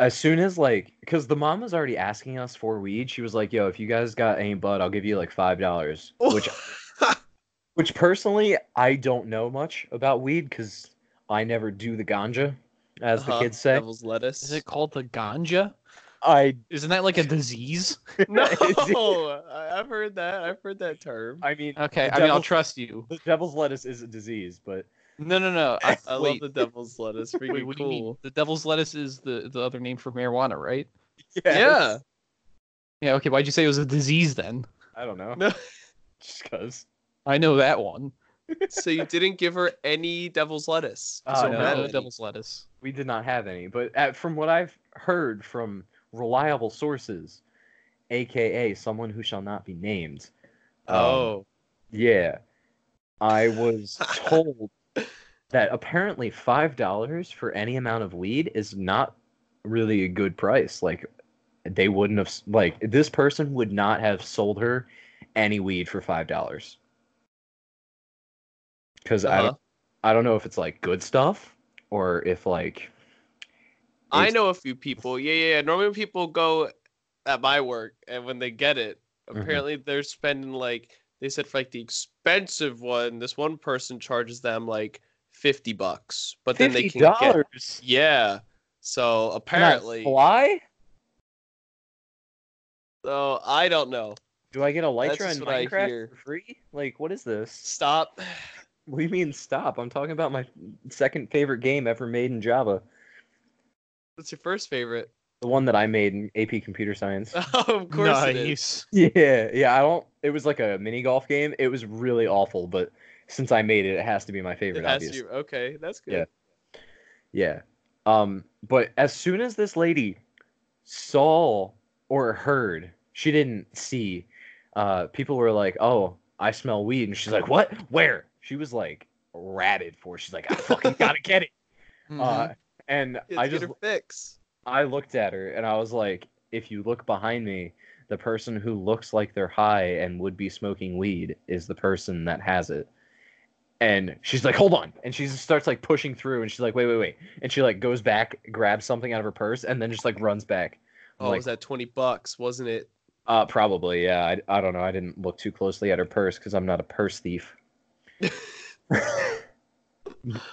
Speaker 1: as soon as like because the mom was already asking us for weed she was like yo if you guys got any bud i'll give you like five dollars which which personally i don't know much about weed because i never do the ganja as the
Speaker 2: Uh-huh.
Speaker 1: kids say
Speaker 2: Devil's lettuce.
Speaker 3: Is it called the ganja?
Speaker 1: i
Speaker 3: Isn't that like a disease?
Speaker 2: no,
Speaker 1: Is it-
Speaker 2: I- I've heard that. I've heard that term.
Speaker 1: i mean
Speaker 3: Okay,
Speaker 1: The
Speaker 3: I mean, I'll
Speaker 1: devil's-
Speaker 3: trust you.
Speaker 1: uh, the devil's lettuce is a disease but
Speaker 3: No, no, no. I,
Speaker 2: I
Speaker 3: wait,
Speaker 2: love the devil's lettuce. Freaking
Speaker 3: wait, what do you mean?
Speaker 2: cool.
Speaker 3: The devil's lettuce is the the other name for marijuana, right?
Speaker 2: Yeah.
Speaker 3: Yeah. Okay. Why'd you say it was a disease then?
Speaker 1: i don't know
Speaker 2: No.
Speaker 1: just because
Speaker 3: I know that one.
Speaker 2: so you didn't give her any devil's lettuce.
Speaker 1: Uh,
Speaker 3: so
Speaker 2: so
Speaker 1: no.
Speaker 2: mad
Speaker 3: Oh, no
Speaker 2: at
Speaker 3: devil's lettuce.
Speaker 1: we did not have any but at, from what i've heard from reliable sources aka someone who shall not be named
Speaker 2: me.
Speaker 1: um,
Speaker 2: Oh.
Speaker 1: yeah i was told that apparently five dollars for any amount of weed is not really a good price like they wouldn't have s- like this person would not have sold her any weed for five dollars because i
Speaker 2: Uh-huh.
Speaker 1: don't i don't know if it's like good stuff or if like
Speaker 2: I
Speaker 1: It's-
Speaker 2: know a few people. Yeah, yeah, yeah. Normally when people go at my work and when they get it,
Speaker 1: Mhm.
Speaker 2: apparently they're spending like they said for like the expensive one, this one person charges them like fifty bucks. But then they
Speaker 1: fifty
Speaker 2: can get
Speaker 1: dollars
Speaker 2: Yeah. So apparently
Speaker 1: fly
Speaker 2: so I don't know.
Speaker 1: do i get a
Speaker 2: That's
Speaker 1: lycra
Speaker 2: just
Speaker 1: in
Speaker 2: what I
Speaker 1: minecraft
Speaker 2: hear.
Speaker 1: for free like what is this
Speaker 2: Stop.
Speaker 1: What do you mean stop? I'm talking about my second favorite game ever made in Java.
Speaker 2: What's your first favorite?
Speaker 1: The one that I made in AP Computer Science.
Speaker 2: of course it is.
Speaker 3: Nice.
Speaker 1: yeah, yeah, I don't it was like a mini golf game. It was really awful, but since I made it, it has to be my
Speaker 2: It
Speaker 1: favorite,
Speaker 2: has to
Speaker 1: obviously.
Speaker 2: be- okay, that's good.
Speaker 1: Yeah. Yeah. Um, but as soon as this lady saw or heard, she didn't see, uh, people were like, Oh, I smell weed and she's like, What? Where? She was like rabid for it. she's like, I fucking gotta get it.
Speaker 3: Mm-hmm.
Speaker 2: Mm-hmm.
Speaker 1: Uh, and
Speaker 2: Let's
Speaker 1: I
Speaker 2: get
Speaker 1: just
Speaker 2: her fix.
Speaker 1: I looked at her and I was like, if you look behind me, the person who looks like they're high and would be smoking weed is the person that has it. And she's like, hold on. And she just starts like pushing through and she's like, wait, wait, wait. And she like goes back, grabs something out of her purse, and then just like runs back. I'm
Speaker 2: Oh,
Speaker 1: like-
Speaker 2: it was that twenty bucks, wasn't it?
Speaker 1: Uh, probably, yeah. I, I don't know. I didn't look too closely at her purse because I'm not a purse thief.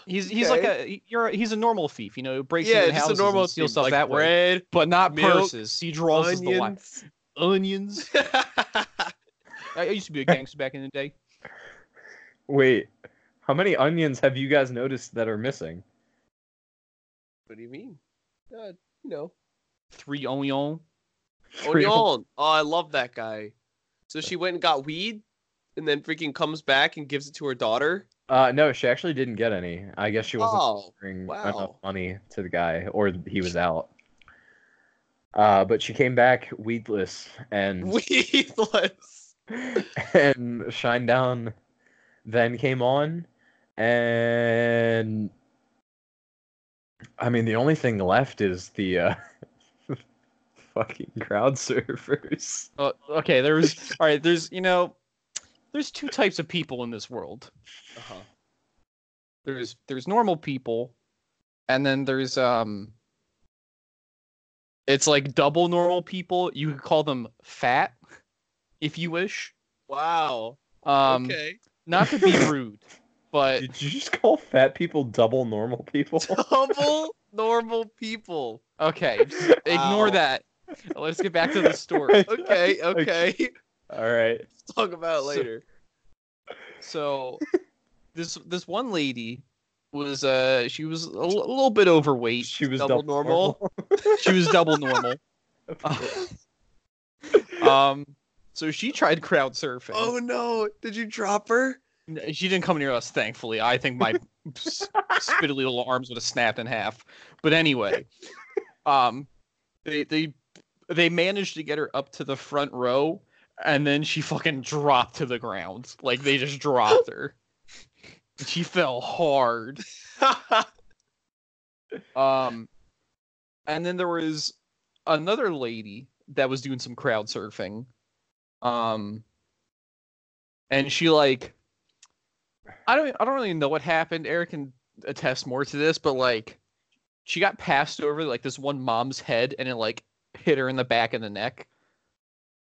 Speaker 3: He's he's like a you're a, he's a normal thief. You know, who breaks
Speaker 2: yeah,
Speaker 3: into
Speaker 2: it's just a
Speaker 3: houses
Speaker 2: normal
Speaker 3: and steals
Speaker 2: thing,
Speaker 3: stuff
Speaker 2: like
Speaker 3: that way,
Speaker 2: bread,
Speaker 3: but not
Speaker 2: milk,
Speaker 3: purses. He draws is the line.
Speaker 2: onions.
Speaker 3: Onions. I I used to be a gangster back in the day.
Speaker 1: Wait, How many onions have you guys noticed that are missing?
Speaker 2: What do you mean? Uh, you know,
Speaker 3: Three onion.
Speaker 1: Three-
Speaker 2: Onion. Oh, I love that guy. So she went and got weed, and then freaking comes back and gives it to her daughter.
Speaker 1: Uh, no, she actually didn't get any. I guess she wasn't
Speaker 2: Oh,
Speaker 1: bring
Speaker 2: wow.
Speaker 1: enough money to the guy, or he was out. Uh, but she came back weedless and
Speaker 2: weedless.
Speaker 1: and Shinedown then came on, and I mean the only thing left is the uh, fucking crowd surfers.
Speaker 3: Uh, okay, there's all right. There's you know, there's two types of people in this world.
Speaker 2: Uh-huh.
Speaker 4: There's there's normal people, and then there's um.
Speaker 3: It's like double normal people. You could call them fat, if you wish.
Speaker 2: Wow.
Speaker 3: Um,
Speaker 2: okay.
Speaker 3: not to be rude, but
Speaker 1: Did you just call fat people double normal people?
Speaker 2: Double normal people.
Speaker 3: okay, just
Speaker 2: Wow.
Speaker 3: ignore that. Let's get back to the story.
Speaker 2: Okay. Okay.
Speaker 1: All right.
Speaker 2: Let's talk about it
Speaker 3: So-
Speaker 2: later.
Speaker 3: So, this this one lady was uh she was a l- a little bit overweight.
Speaker 1: She was
Speaker 2: Double
Speaker 1: double,
Speaker 2: normal?
Speaker 3: She was double normal. um, so she tried crowd surfing.
Speaker 2: Oh no! Did you drop her?
Speaker 3: N- She didn't come near us, thankfully. I think my s- spindly little arms would have snapped in half. But anyway, um, they they they managed to get her up to the front row, and then she fucking dropped to the ground. Like they just dropped her. She fell hard. Um, and then there was another lady that was doing some crowd surfing. Um, and she like, I don't, I don't really know what happened. Eric can attest more to this, but like, she got passed over like this one mom's head, and it like hit her in the back and the neck.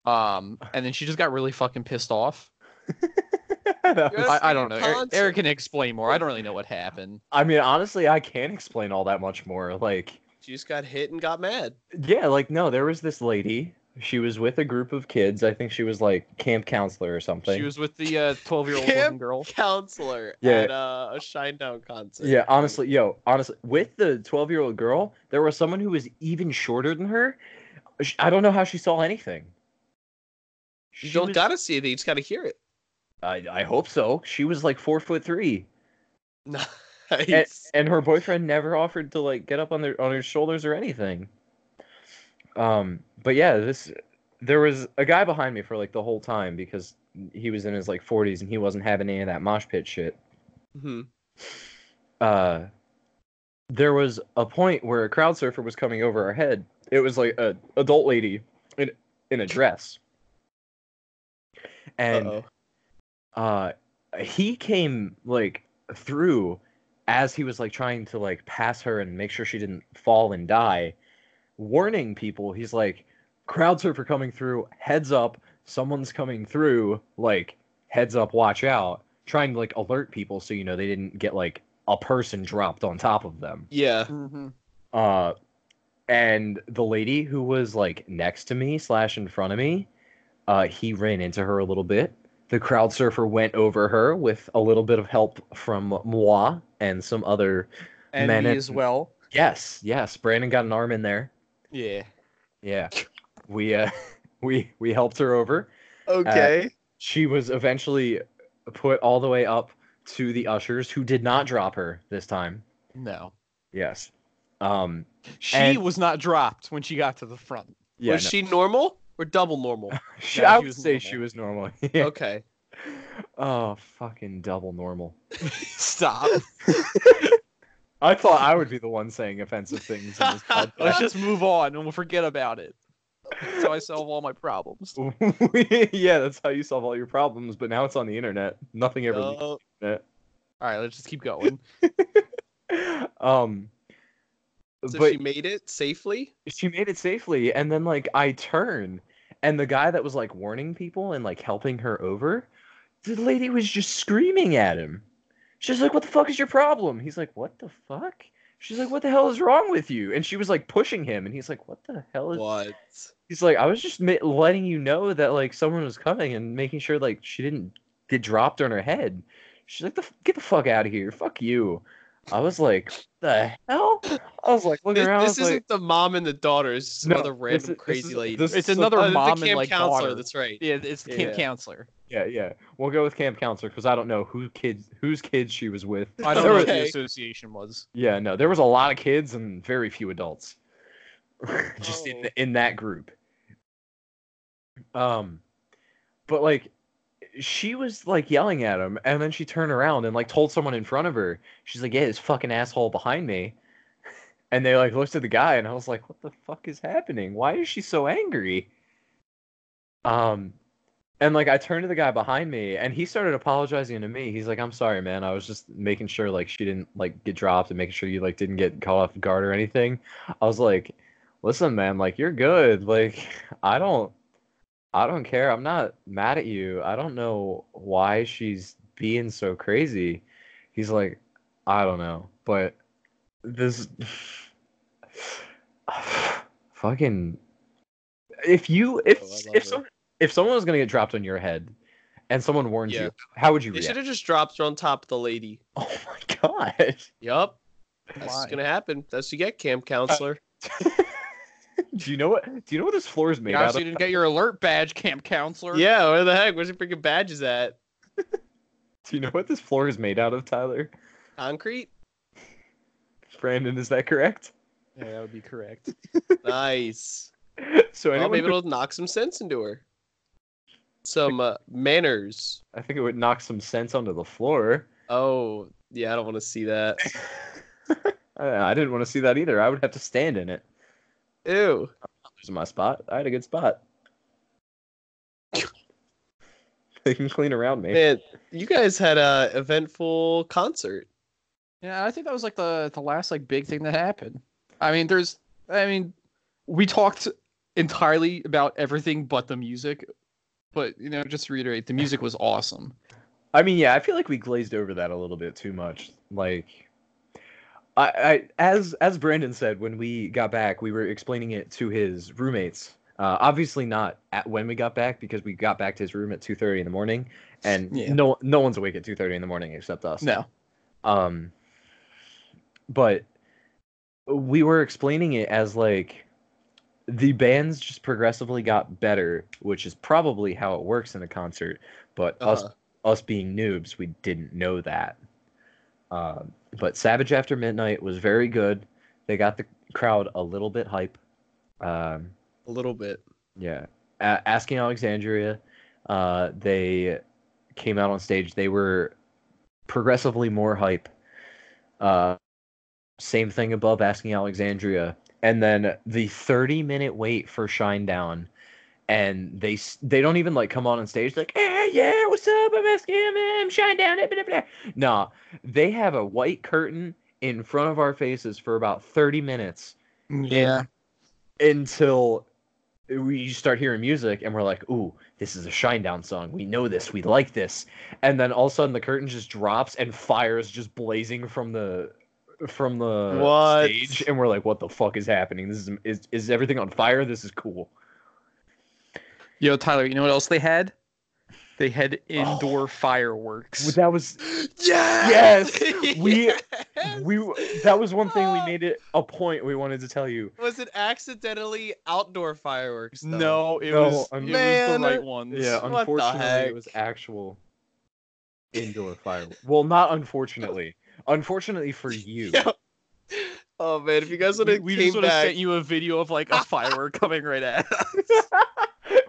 Speaker 3: Um, and then she just got really fucking pissed off.
Speaker 1: That was-
Speaker 3: I, I don't know. Eric,
Speaker 2: Concert.
Speaker 3: Eric can explain more. I don't really know what happened.
Speaker 1: I mean, honestly, I can't explain all that much more. Like,
Speaker 2: She just got hit and got mad.
Speaker 1: yeah, like no, there was this lady. She was with a group of kids. I think she was like camp counselor or something.
Speaker 3: She was with the uh, twelve-year-old
Speaker 2: Yep.
Speaker 3: girl.
Speaker 2: Counselor
Speaker 1: Yeah.
Speaker 2: at uh, a Shinedown concert.
Speaker 1: yeah, honestly, yo, honestly, with the 12 year old girl, there was someone who was even shorter than her. Sh- I don't know how she saw anything.
Speaker 2: You
Speaker 1: She
Speaker 2: don't
Speaker 1: was-
Speaker 2: gotta see it. You just gotta hear it.
Speaker 1: I, I hope so. She was like four foot three, and,
Speaker 2: Nice.
Speaker 1: and her boyfriend never offered to like get up on their on her shoulders or anything. Um, but yeah, this there was a guy behind me for like the whole time because he was in his like 40s and he wasn't having any of that mosh pit shit.
Speaker 2: Mhm.
Speaker 1: uh, there was a point where a crowd surfer was coming over our head. It was like a adult lady in in a dress, and
Speaker 2: Uh-oh.
Speaker 1: uh, he came like through as he was like trying to like pass her and make sure she didn't fall and die, warning people. He's like, crowd surfer coming through, heads up, someone's coming through, like heads up, watch out, trying to like alert people so you know they didn't get like a person dropped on top of them.
Speaker 2: Yeah.
Speaker 1: Uh, and the lady who was like next to me slash in front of me, uh, he ran into her a little bit. The crowd surfer went over her with a little bit of help from moi and some other.
Speaker 4: And
Speaker 1: Man,
Speaker 4: me
Speaker 1: it-
Speaker 4: as well.
Speaker 1: Yes, yes. Brandon got an arm in there.
Speaker 3: Yeah.
Speaker 1: Yeah, we uh, we we helped her over.
Speaker 2: Okay.
Speaker 1: She was eventually put all the way up to the ushers, who did not drop her this time.
Speaker 3: No.
Speaker 1: Yes. Um.
Speaker 3: She
Speaker 1: And-
Speaker 3: was not dropped when she got to the front.
Speaker 1: Yeah.
Speaker 2: was she normal or double normal?
Speaker 1: no. She-
Speaker 3: No,
Speaker 1: I
Speaker 3: she
Speaker 1: would
Speaker 3: was
Speaker 1: say
Speaker 3: normal.
Speaker 1: she was normal. yeah.
Speaker 2: Okay.
Speaker 1: Oh, fucking double normal.
Speaker 3: Stop.
Speaker 1: I thought I would be the one saying offensive things in this
Speaker 3: Let's
Speaker 1: podcast.
Speaker 3: just move on and we'll forget about it. So I solve all my problems.
Speaker 1: yeah, that's how you solve all your problems, but now it's on the internet. Nothing ever leaves
Speaker 2: Oh,
Speaker 1: the internet.
Speaker 3: All right, let's just keep going.
Speaker 1: Um
Speaker 2: so
Speaker 1: but
Speaker 2: she made it safely.
Speaker 1: she made it safely and then like i turn and the guy that was like warning people and like helping her over the lady was just screaming at him she's like what the fuck is your problem he's like what the fuck she's like what the hell is wrong with you and she was like pushing him and he's like what the hell is
Speaker 2: What?
Speaker 1: he's like i was just ma- letting you know that like someone was coming and making sure like she didn't get dropped on her head She's like, the, f- get the fuck out of here. Fuck you. I was like, the hell? I was like, looking
Speaker 2: This,
Speaker 1: around. I
Speaker 2: this
Speaker 1: was
Speaker 2: isn't
Speaker 1: like,
Speaker 2: the mom and the daughter. It's just
Speaker 1: No,
Speaker 2: another
Speaker 1: this
Speaker 2: random
Speaker 1: is- this
Speaker 2: crazy
Speaker 1: is-
Speaker 2: lady.
Speaker 1: this-
Speaker 3: It's
Speaker 1: So-
Speaker 3: another
Speaker 2: Oh, the
Speaker 3: mom
Speaker 2: camp
Speaker 3: and like
Speaker 2: counselor.
Speaker 3: daughter.
Speaker 2: That's right.
Speaker 3: Yeah, it's the camp
Speaker 1: Yeah.
Speaker 3: counselor.
Speaker 1: yeah, yeah. We'll go with camp counselor because I don't know who kids, whose kids she was with.
Speaker 3: I don't know what the
Speaker 2: Okay.
Speaker 3: association was.
Speaker 1: Yeah, no, there was a lot of kids and very few adults, just in
Speaker 2: Oh.
Speaker 1: in that group. Um, but like, she was like yelling at him, and then she turned around and like told someone in front of her. She's like, "Yeah, this fucking asshole behind me," and they like looked at the guy, and I was like, "What the fuck is happening? Why is she so angry?" Um, and like I turned to the guy behind me and he started apologizing to me. He's like, I'm sorry, man. I was just making sure like she didn't like get dropped and making sure you like didn't get caught off guard or anything. I was like, listen, man, like you're good. Like I don't I don't care. I'm not mad at you. I don't know why she's being so crazy. He's like, I don't know. But this fucking if you if
Speaker 2: Oh, I love
Speaker 1: if
Speaker 2: her.
Speaker 1: some if someone was gonna get dropped on your head and someone warns
Speaker 2: Yeah.
Speaker 1: you, how would you
Speaker 2: They
Speaker 1: react?
Speaker 2: should have just dropped her on top of the lady.
Speaker 1: Oh my god.
Speaker 2: Yup. That's
Speaker 3: Why?
Speaker 2: what's gonna happen. That's what you get,
Speaker 1: Uh,
Speaker 2: camp counselor.
Speaker 1: do you know what do you know what this floor is made
Speaker 3: You
Speaker 1: out
Speaker 3: obviously
Speaker 1: of?
Speaker 3: didn't get your alert badge, camp counselor.
Speaker 2: yeah, where the heck? Where's your freaking badges at?
Speaker 1: Do you know what this floor is made out of, Tyler?
Speaker 2: Concrete?
Speaker 1: Brandon, is that correct?
Speaker 3: Yeah, that would be correct.
Speaker 2: Nice.
Speaker 1: So
Speaker 2: well,
Speaker 1: anyone
Speaker 2: maybe
Speaker 1: who-
Speaker 2: it'll knock some sense into her. Some uh, manners.
Speaker 1: I think it would knock some sense onto the floor.
Speaker 2: Oh, yeah, I don't want to see that.
Speaker 1: I, I didn't want to see that either. I would have to stand in it.
Speaker 2: Ew.
Speaker 1: Losing my spot. I had a good spot. they can clean around me.
Speaker 2: Man, you guys had a eventful concert.
Speaker 3: Yeah, I think that was like the the last like big thing that happened. I mean, there's I mean, we talked entirely about everything but the music, but you know, just to reiterate, the music was awesome.
Speaker 1: I mean, yeah, I feel like we glazed over that a little bit too much. Like, I, I as as Brandon said when we got back, we were explaining it to his roommates. Uh, obviously, not at when we got back because we got back to his room at two thirty in the morning, and
Speaker 3: Yeah.
Speaker 1: no no one's awake at two thirty in the morning except us.
Speaker 3: No.
Speaker 1: Um, but we were explaining it as like the bands just progressively got better, which is probably how it works in a concert. But us
Speaker 2: Uh-huh.
Speaker 1: us being noobs, we didn't know that. Uh, but Savage After Midnight was very good. They got the crowd a little bit hype. Um,
Speaker 2: A little bit.
Speaker 1: yeah. A- Asking Alexandria, uh, they came out on stage. They were progressively more hype. Uh, same thing above Asking Alexandria. And then the 30 minute wait for Shinedown. And they s- they don't even like come on on stage like eh, yeah what's up I'm asking him Shinedown eh, blah, blah, blah." nah they have a white curtain in front of our faces for about 30 minutes
Speaker 3: Yeah.
Speaker 1: until we start hearing music and we're like, ooh, this is a Shinedown song. We know this. We like this. And then all of a sudden the curtain just drops and fires just blazing from the from the
Speaker 2: What?
Speaker 1: stage and we're like, what the fuck is happening? This is is, is everything on fire? This is cool.
Speaker 3: Yo, Tyler, you know what else they had? They had indoor fireworks.
Speaker 1: That Oh. was
Speaker 2: Yes.
Speaker 1: We-
Speaker 2: Yes!
Speaker 1: we that was one thing we made it a point we wanted to tell you.
Speaker 2: Was it accidentally outdoor fireworks? Though?
Speaker 3: no, it
Speaker 1: No,
Speaker 3: was
Speaker 1: I'm-
Speaker 3: it was
Speaker 2: Man.
Speaker 3: the right ones.
Speaker 1: Yeah,
Speaker 2: What the
Speaker 1: unfortunately, it
Speaker 2: heck?
Speaker 1: was actual indoor fireworks. Well, not unfortunately. Unfortunately for you.
Speaker 2: Yeah. Oh man, if you guys would
Speaker 3: We,
Speaker 2: have
Speaker 3: we
Speaker 2: came
Speaker 3: just would have
Speaker 2: back,
Speaker 3: sent you a video of like a firework coming right at us.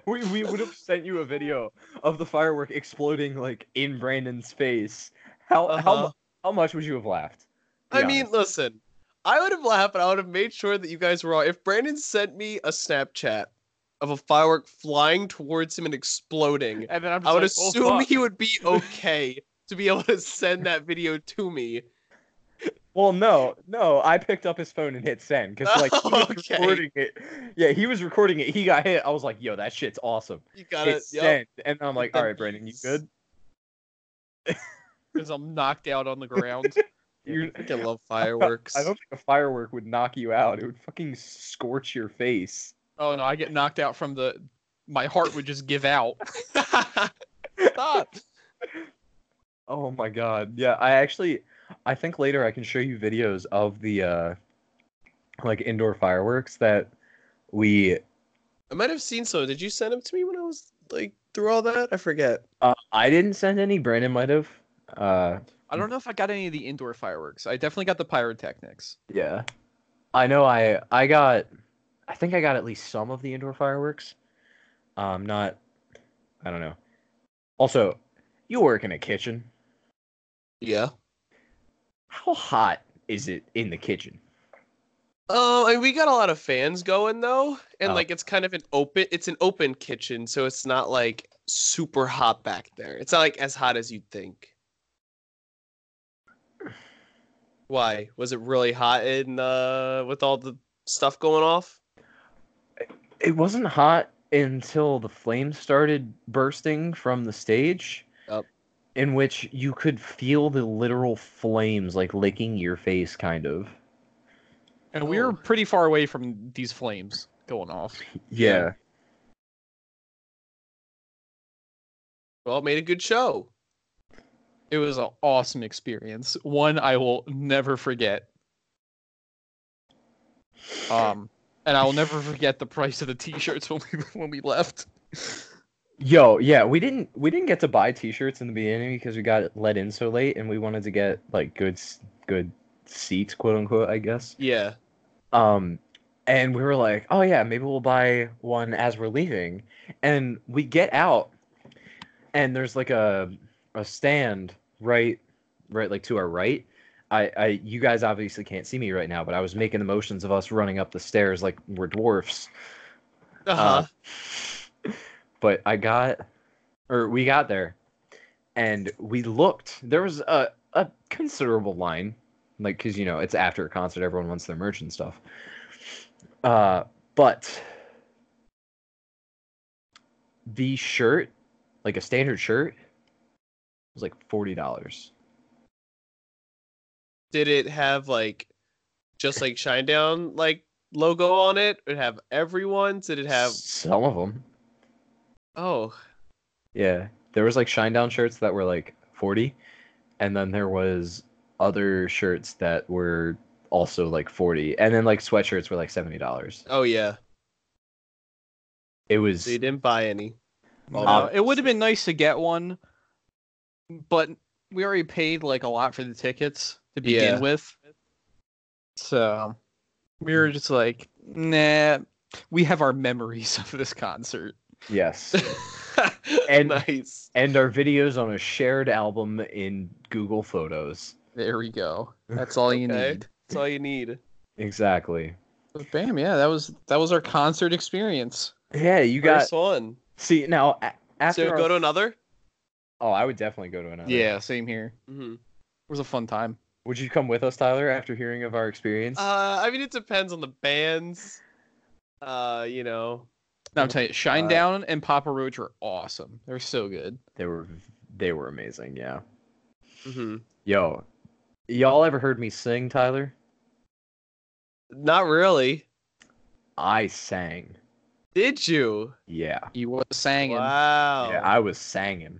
Speaker 1: we, we would have sent you a video of the firework exploding like in Brandon's face. How how
Speaker 2: Uh-huh.
Speaker 1: mu- how much would you have laughed? Be
Speaker 2: I mean,
Speaker 1: honest.
Speaker 2: listen, I would have laughed, but I would have made sure that you guys were all. If Brandon sent me a Snapchat of a firework flying towards him and exploding,
Speaker 3: And then I'm just
Speaker 2: I would
Speaker 3: like, "Oh,
Speaker 2: assume
Speaker 3: fuck."
Speaker 2: he would be okay to be able to send that video to me.
Speaker 1: well, no, no. I picked up his phone and hit send because like he was
Speaker 2: Okay.
Speaker 1: recording it. Yeah, he was recording it. He got hit. I was like, yo, that shit's awesome.
Speaker 2: You gotta,
Speaker 1: Hit
Speaker 2: yup.
Speaker 1: send, and I'm like,
Speaker 2: Then
Speaker 1: all right, Brandon, you
Speaker 2: he's-
Speaker 1: good?
Speaker 3: because I'm knocked out on the ground.
Speaker 1: You.
Speaker 2: I freaking love fireworks.
Speaker 1: I don't think a firework would knock you out. It would fucking scorch your face.
Speaker 3: oh no, I get knocked out from the. My heart would just give out.
Speaker 2: Stop.
Speaker 1: Oh my god. Yeah, I actually I think later I can show you videos of the uh like indoor fireworks that we
Speaker 2: I might have seen some. Did you send them to me when I was like through all that? I forget.
Speaker 1: uh, I didn't send any, Brandon might have. Uh
Speaker 3: I don't know if I got any of the indoor fireworks. I definitely got the pyrotechnics.
Speaker 1: yeah. I know I I got I think I got at least some of the indoor fireworks. Um not I don't know. Also, you work in a kitchen.
Speaker 2: Yeah.
Speaker 1: How hot is it in the kitchen?
Speaker 2: Oh, and we got a lot of fans going though, and
Speaker 1: Oh.
Speaker 2: like it's kind of an open. It's an open kitchen, so it's not like super hot back there. It's not like as hot as you'd think. Why was it really hot in uh, with all the stuff going off?
Speaker 1: It wasn't hot until the flames started bursting from the stage.
Speaker 2: Yep.
Speaker 1: In which you could feel the literal flames like licking your face, kind of.
Speaker 3: And we were
Speaker 2: Oh.
Speaker 3: pretty far away from these flames going off.
Speaker 1: Yeah.
Speaker 2: Well, it made a good show.
Speaker 3: It was an awesome experience. One I will never forget. Um, and I will never forget the price of the t-shirts when we when we left.
Speaker 1: Yo, yeah, we didn't we didn't get to buy T-shirts in the beginning because we got let in so late, and we wanted to get like good s- good seats, quote unquote, I guess.
Speaker 2: Yeah.
Speaker 1: Um, and we were like, oh yeah, maybe we'll buy one as we're leaving. And we get out, and there's like a a stand right, right, like to our right. I, I, you guys obviously can't see me right now, but I was making the motions of us running up the stairs like we're dwarfs.
Speaker 2: Uh-huh.
Speaker 1: Uh, but I got, or we got there, and we looked. There was a, a considerable line, like because you know it's after a concert, everyone wants their merch and stuff. Uh, but the shirt, like a standard shirt, was like forty dollars.
Speaker 2: Did it have like just like Shinedown like logo on it? Did it have everyone's? Did it have
Speaker 1: some of them.
Speaker 2: oh
Speaker 1: Yeah, there was like Shinedown shirts that were like 40, and then there was other shirts that were also like 40, and then like sweatshirts were like $70.
Speaker 2: oh yeah.
Speaker 1: It was
Speaker 2: So you didn't buy any.
Speaker 3: No,
Speaker 1: Um,
Speaker 3: Uh, it would have been nice to get one, but we already paid like a lot for the tickets to begin
Speaker 2: Yeah.
Speaker 3: with. So we were just like, nah, we have our memories of this concert.
Speaker 1: yes. And-
Speaker 2: and nice.
Speaker 1: And our videos on a shared album in Google Photos.
Speaker 3: There we go. That's all you
Speaker 2: Okay.
Speaker 3: need.
Speaker 2: That's all you need.
Speaker 1: Exactly.
Speaker 3: But bam, yeah, that was that was our concert experience.
Speaker 1: Yeah, you got
Speaker 2: First one.
Speaker 1: see now a- after
Speaker 2: so
Speaker 1: our-
Speaker 2: go to another.
Speaker 1: Oh, I would definitely go to another.
Speaker 3: Yeah, same here.
Speaker 1: Mm-hmm.
Speaker 2: hmm
Speaker 3: It was a fun time.
Speaker 1: Would you come with us, Tyler, after hearing of our experience?
Speaker 2: Uh, I mean, it depends on the bands. Uh, you know,
Speaker 3: Now I'm telling you, Shinedown and Papa Roach were awesome. They're so good.
Speaker 1: they were they were amazing, yeah. Mm-hmm.
Speaker 2: Mhm.
Speaker 1: Yo. Y'all ever heard me sing, Tyler?
Speaker 2: not really.
Speaker 1: I sang.
Speaker 2: Did you?
Speaker 1: Yeah.
Speaker 3: You was singing.
Speaker 2: Wow.
Speaker 1: Yeah, I was singing.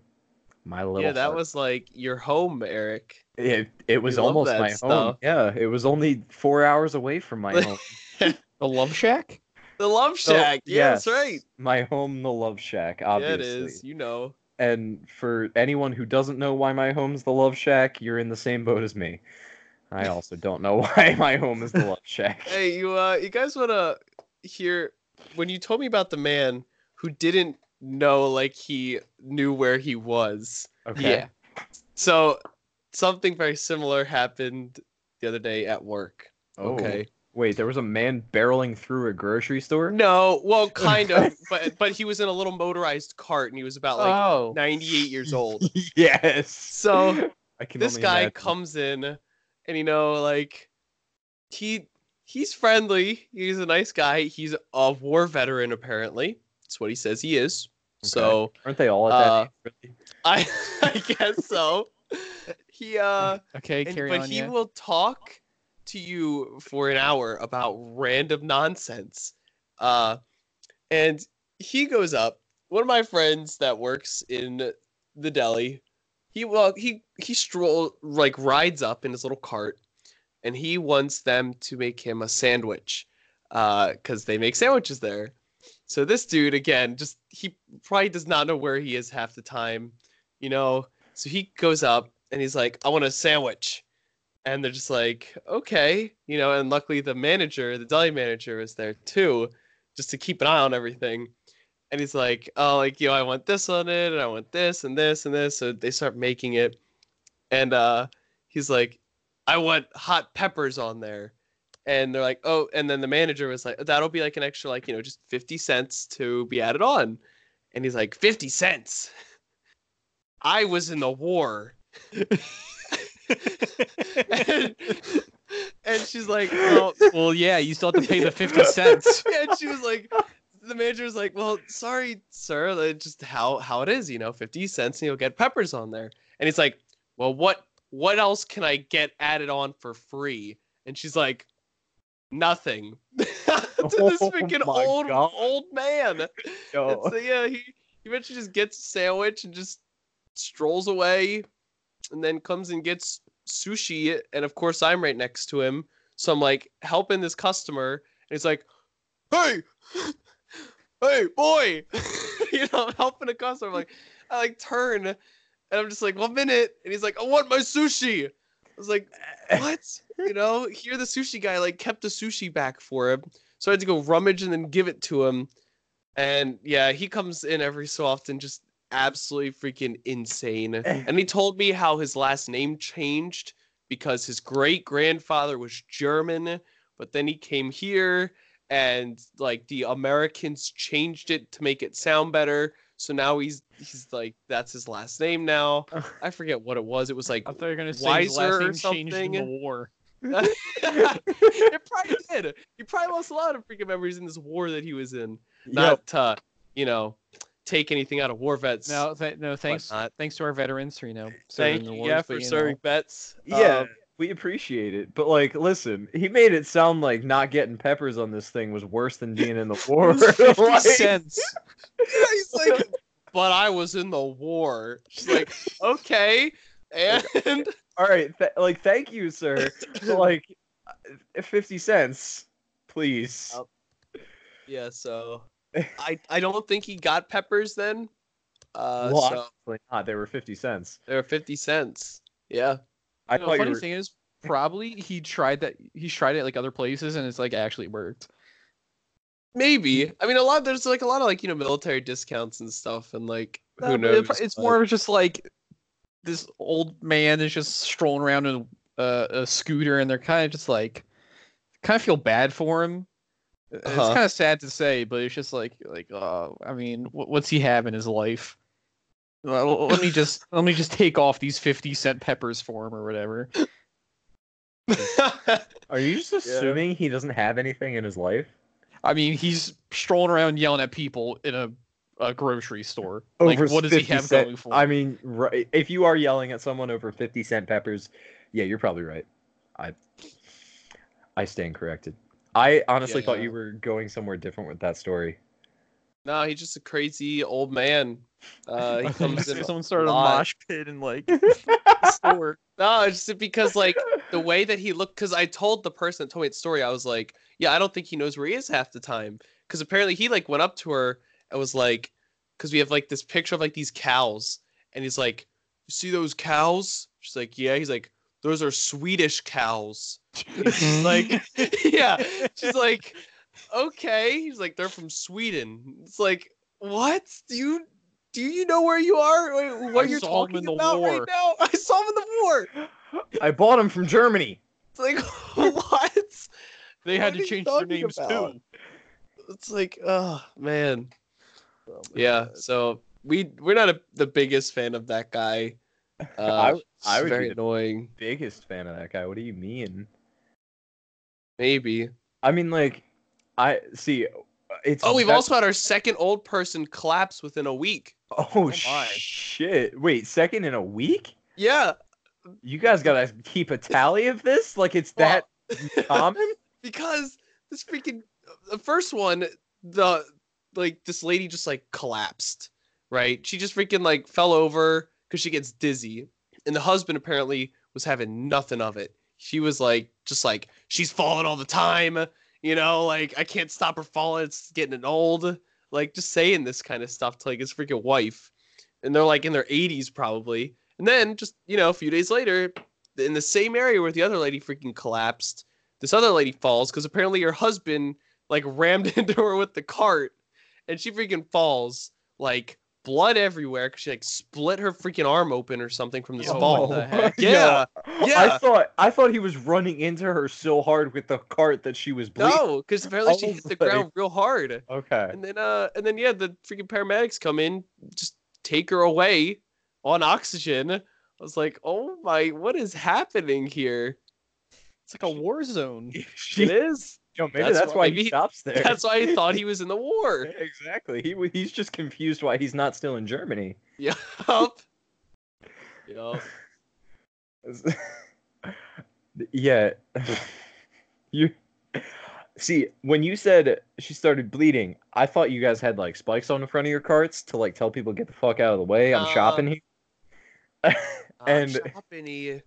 Speaker 1: My little
Speaker 2: Oh. Yeah, that
Speaker 1: heart.
Speaker 2: was like your home, Eric.
Speaker 1: it. It was
Speaker 2: love
Speaker 1: almost
Speaker 2: that
Speaker 1: my home.
Speaker 2: stuff.
Speaker 1: Yeah, it was only four hours away from my home.
Speaker 3: The Love Shack?
Speaker 2: The Love
Speaker 1: So,
Speaker 2: Shack. yeah, that's
Speaker 1: yes,
Speaker 2: right.
Speaker 1: My home, the Love Shack, obviously.
Speaker 2: Yeah, it is. You know.
Speaker 1: And for anyone who doesn't know why my home's the Love Shack, you're in the same boat as me. I also don't know why my home is the Love Shack.
Speaker 2: Hey, you. Uh, you guys want to hear when you told me about the man who didn't know like he knew where he was.
Speaker 1: Okay.
Speaker 3: Yeah.
Speaker 2: So something very similar happened the other day at work.
Speaker 1: Oh,
Speaker 2: Okay.
Speaker 1: Wait, there was a man barreling through a grocery store.
Speaker 2: No, well, kind of, but but he was in a little motorized cart and he was about like
Speaker 3: oh.
Speaker 2: 98 years old.
Speaker 1: yes.
Speaker 2: So
Speaker 1: I can
Speaker 2: this
Speaker 1: only
Speaker 2: guy
Speaker 1: imagine.
Speaker 2: comes in and you know like he he's friendly, he's a nice guy, he's a war veteran apparently. That's what he says he is.
Speaker 1: Okay.
Speaker 2: So
Speaker 1: Aren't they all
Speaker 2: uh,
Speaker 1: at that? age,
Speaker 2: I I guess so. He uh
Speaker 3: Okay,
Speaker 2: And-
Speaker 3: carry
Speaker 2: but
Speaker 3: on.
Speaker 2: he
Speaker 3: yeah.
Speaker 2: will talk to you for an hour about random nonsense. Uh, and he goes up. One of my friends that works in the deli, He well he he stroll like rides up in his little cart, and he wants them to make him a sandwich, because they make sandwiches there. So this dude again, just he probably does not know where he is half the time, you know. So he goes up and he's like, "I want a sandwich," and they're just like, "Okay," you know. And luckily, the manager, the deli manager, is there too, just to keep an eye on everything. And he's like, "Oh, like you know, I want this on it, and I want this and this and this." So they start making it, and uh, he's like, "I want hot peppers on there." and they're like, oh, and then the manager was like, that'll be like an extra, like, you know, just 50 cents to be added on. And he's like, 50 cents? I was in the war. and, and she's like, well,
Speaker 3: Well, yeah, you still have to pay the fifty cents.
Speaker 2: yeah, and she was like, the manager was like, well, sorry, sir, that's just how, how it is, you know, 50 cents and you'll get peppers on there. And he's like, well, what, what else can I get added on for free? And she's like, nothing. to this
Speaker 1: Oh
Speaker 2: freaking
Speaker 1: my
Speaker 2: old,
Speaker 1: God.
Speaker 2: old man. And
Speaker 1: Yo.
Speaker 2: so yeah, he he eventually just gets a sandwich and just strolls away, and then comes and gets sushi. And of course, I'm right next to him, so I'm like helping this customer, and he's like, "Hey, hey, boy," you know, I'm helping a customer. I'm like, I like turn, and I'm just like, "One minute," and he's like, "I want my sushi." I was like, "What?" You know, here the sushi guy like kept the sushi back for him, so I had to go rummage and then give it to him. And yeah, he comes in every so often, just absolutely freaking insane. And he told me how his last name changed because his great grandfather was German, but then he came here and like the Americans changed it to make it sound better. So now he's he's like that's his last name now. I forget what it was. It was like
Speaker 3: I thought you were gonna say
Speaker 2: Wiser
Speaker 3: his last
Speaker 2: or
Speaker 3: name changed in the
Speaker 2: something.
Speaker 3: war.
Speaker 2: it probably did. He probably lost a lot of freaking memories in this war that he was in
Speaker 1: Yo.
Speaker 2: not uh, you know take anything out of war vets.
Speaker 3: No, th- no, thanks,
Speaker 2: not?
Speaker 3: thanks to our veterans for you know serving
Speaker 2: thank
Speaker 3: the
Speaker 2: you
Speaker 3: wars,
Speaker 2: yeah
Speaker 3: but,
Speaker 2: for
Speaker 3: you know,
Speaker 2: serving vets.
Speaker 1: Yeah,
Speaker 2: Um,
Speaker 1: we appreciate it. But like, listen, he made it sound like not getting peppers on this thing was worse than being in the war.
Speaker 3: fifty
Speaker 1: Like,
Speaker 3: cents.
Speaker 2: he's like, but I was in the war. She's like, okay, and
Speaker 1: all right, th- like, thank you, sir. But, like, uh, fifty cents, please.
Speaker 2: Yep. yeah, so I I don't think he got peppers then. Uh,
Speaker 1: well,
Speaker 2: so
Speaker 1: obviously not. ah, They were fifty cents.
Speaker 2: they were fifty cents. Yeah,
Speaker 1: I
Speaker 3: The
Speaker 1: thought
Speaker 3: funny
Speaker 1: you were.
Speaker 3: thing is, probably he tried that. He tried it like other places, and it's like actually worked.
Speaker 2: maybe. I mean, a lot there's like a lot of like you know military discounts and stuff, and like who
Speaker 3: Uh, but
Speaker 2: knows?
Speaker 3: it- It's
Speaker 2: but-
Speaker 3: more of just like this old man is just strolling around in a, a scooter, and they're kind of just like, kind of feel bad for him. It's
Speaker 2: Uh-huh.
Speaker 3: kind of sad to say, but it's just like, like, uh, I mean, wh- what's he have in his life? Well, let me just let me just take off these fifty cent peppers for him or whatever.
Speaker 1: Are you just assuming he doesn't have anything in his life?
Speaker 3: I mean, he's strolling around yelling at people in a, a grocery store. like, what does he
Speaker 1: 50
Speaker 3: have
Speaker 1: cent-
Speaker 3: going for?
Speaker 1: I
Speaker 3: him?
Speaker 1: mean, right, if you are yelling at someone over fifty cent peppers, yeah, you're probably right. I I stand corrected. I honestly thought
Speaker 2: Yeah.
Speaker 1: you were going somewhere different with that story.
Speaker 2: no, he's just a crazy old man. Uh, he comes in
Speaker 3: someone started
Speaker 2: a lot.
Speaker 3: mosh pit and like store.
Speaker 2: No, it's just because like the way that he looked. Because I told the person that told me the story, I was like, "Yeah, I don't think he knows where he is half the time." Because apparently he like went up to her and was like, "Because we have like this picture of like these cows," and he's like, "You see those cows?" She's like, "Yeah." He's like, "Those are Swedish cows." She's like, Mm. "Yeah." She's like, "Okay." He's like, "They're from Sweden." It's like, "What? Do you do you know where you are? Wait, What
Speaker 3: I
Speaker 2: you're
Speaker 3: saw him
Speaker 2: talking
Speaker 3: in the
Speaker 2: about right
Speaker 3: war.
Speaker 2: now? I saw him in the war."
Speaker 1: I bought him from Germany.
Speaker 2: It's like what?
Speaker 3: They had
Speaker 2: What
Speaker 3: to
Speaker 2: are you
Speaker 3: change their
Speaker 2: talking
Speaker 3: names
Speaker 2: about?
Speaker 3: too.
Speaker 2: It's like, oh man. Oh, Yeah. So we we're not a, the biggest fan of that guy. Uh,
Speaker 1: I
Speaker 2: it's
Speaker 1: would
Speaker 2: very
Speaker 1: be the-
Speaker 2: annoying.
Speaker 1: Biggest fan of that guy. What do you mean?
Speaker 2: Maybe.
Speaker 1: I mean, like, I see. uh, It's
Speaker 2: Oh, we've
Speaker 1: ve-
Speaker 2: also had our second old person collapse within a week.
Speaker 1: Oh,
Speaker 3: my.
Speaker 1: shit! Wait, second in a week?
Speaker 2: Yeah,
Speaker 1: You guys gotta keep a tally of this. Like it's that common.
Speaker 2: because this freaking the first one, the like this lady just like collapsed. Right? She just freaking like fell over, because she gets dizzy. And the husband apparently was having nothing of it. He was like, just like, she's falling all the time. You know, like, I can't stop her falling. It's getting old. Like, just saying this kind of stuff to like his freaking wife. And they're like in their 80s probably. And then just, you know, a few days later, in the same area where the other lady freaking collapsed, this other lady falls because apparently her husband like rammed into her with the cart and she freaking falls like blood everywhere because she like split her freaking arm open or something from
Speaker 1: Oh
Speaker 2: this
Speaker 3: Yo,
Speaker 2: fall.
Speaker 3: what the heck?
Speaker 2: Yeah,
Speaker 1: I
Speaker 2: yeah.
Speaker 1: thought I thought he was running into her so hard with the cart that she was bleeding.
Speaker 2: No, because apparently she
Speaker 1: I
Speaker 2: hit
Speaker 1: was
Speaker 2: the ground real hard.
Speaker 1: Okay.
Speaker 2: And then uh and then yeah, the freaking paramedics come in, just take her away on oxygen. I was like, oh my, what is happening here?
Speaker 3: It's like a war zone.
Speaker 1: She,
Speaker 2: It is.
Speaker 1: yo, maybe
Speaker 2: that's
Speaker 1: that's,
Speaker 2: why-
Speaker 1: why
Speaker 2: maybe-
Speaker 1: he stops there.
Speaker 2: That's why I thought he was in the war.
Speaker 1: exactly. He w- he's just confused why he's not still in Germany.
Speaker 2: Yup. Yup. Ah,
Speaker 1: yeah. you see when you said she started bleeding, I thought you guys had like spikes on the front of your carts to like tell people get the fuck out of the way. I'm shopping
Speaker 2: Um,
Speaker 1: here.
Speaker 2: I'm
Speaker 1: And-
Speaker 2: shopping here.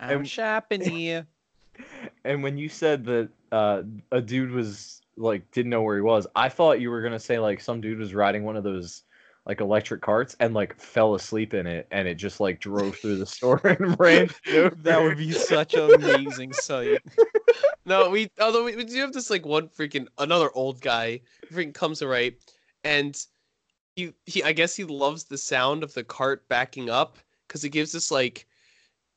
Speaker 3: I'm
Speaker 1: And-
Speaker 3: shopping here.
Speaker 1: And when you said that uh, a dude was like didn't know where he was, I thought you were gonna say like some dude was riding one of those like electric carts and like fell asleep in it and it just like drove through the store and ran.
Speaker 3: That would be such an amazing sight.
Speaker 2: No, we although we, we do have this like one freaking another old guy who freaking comes to right and he he I guess he loves the sound of the cart backing up because it gives this like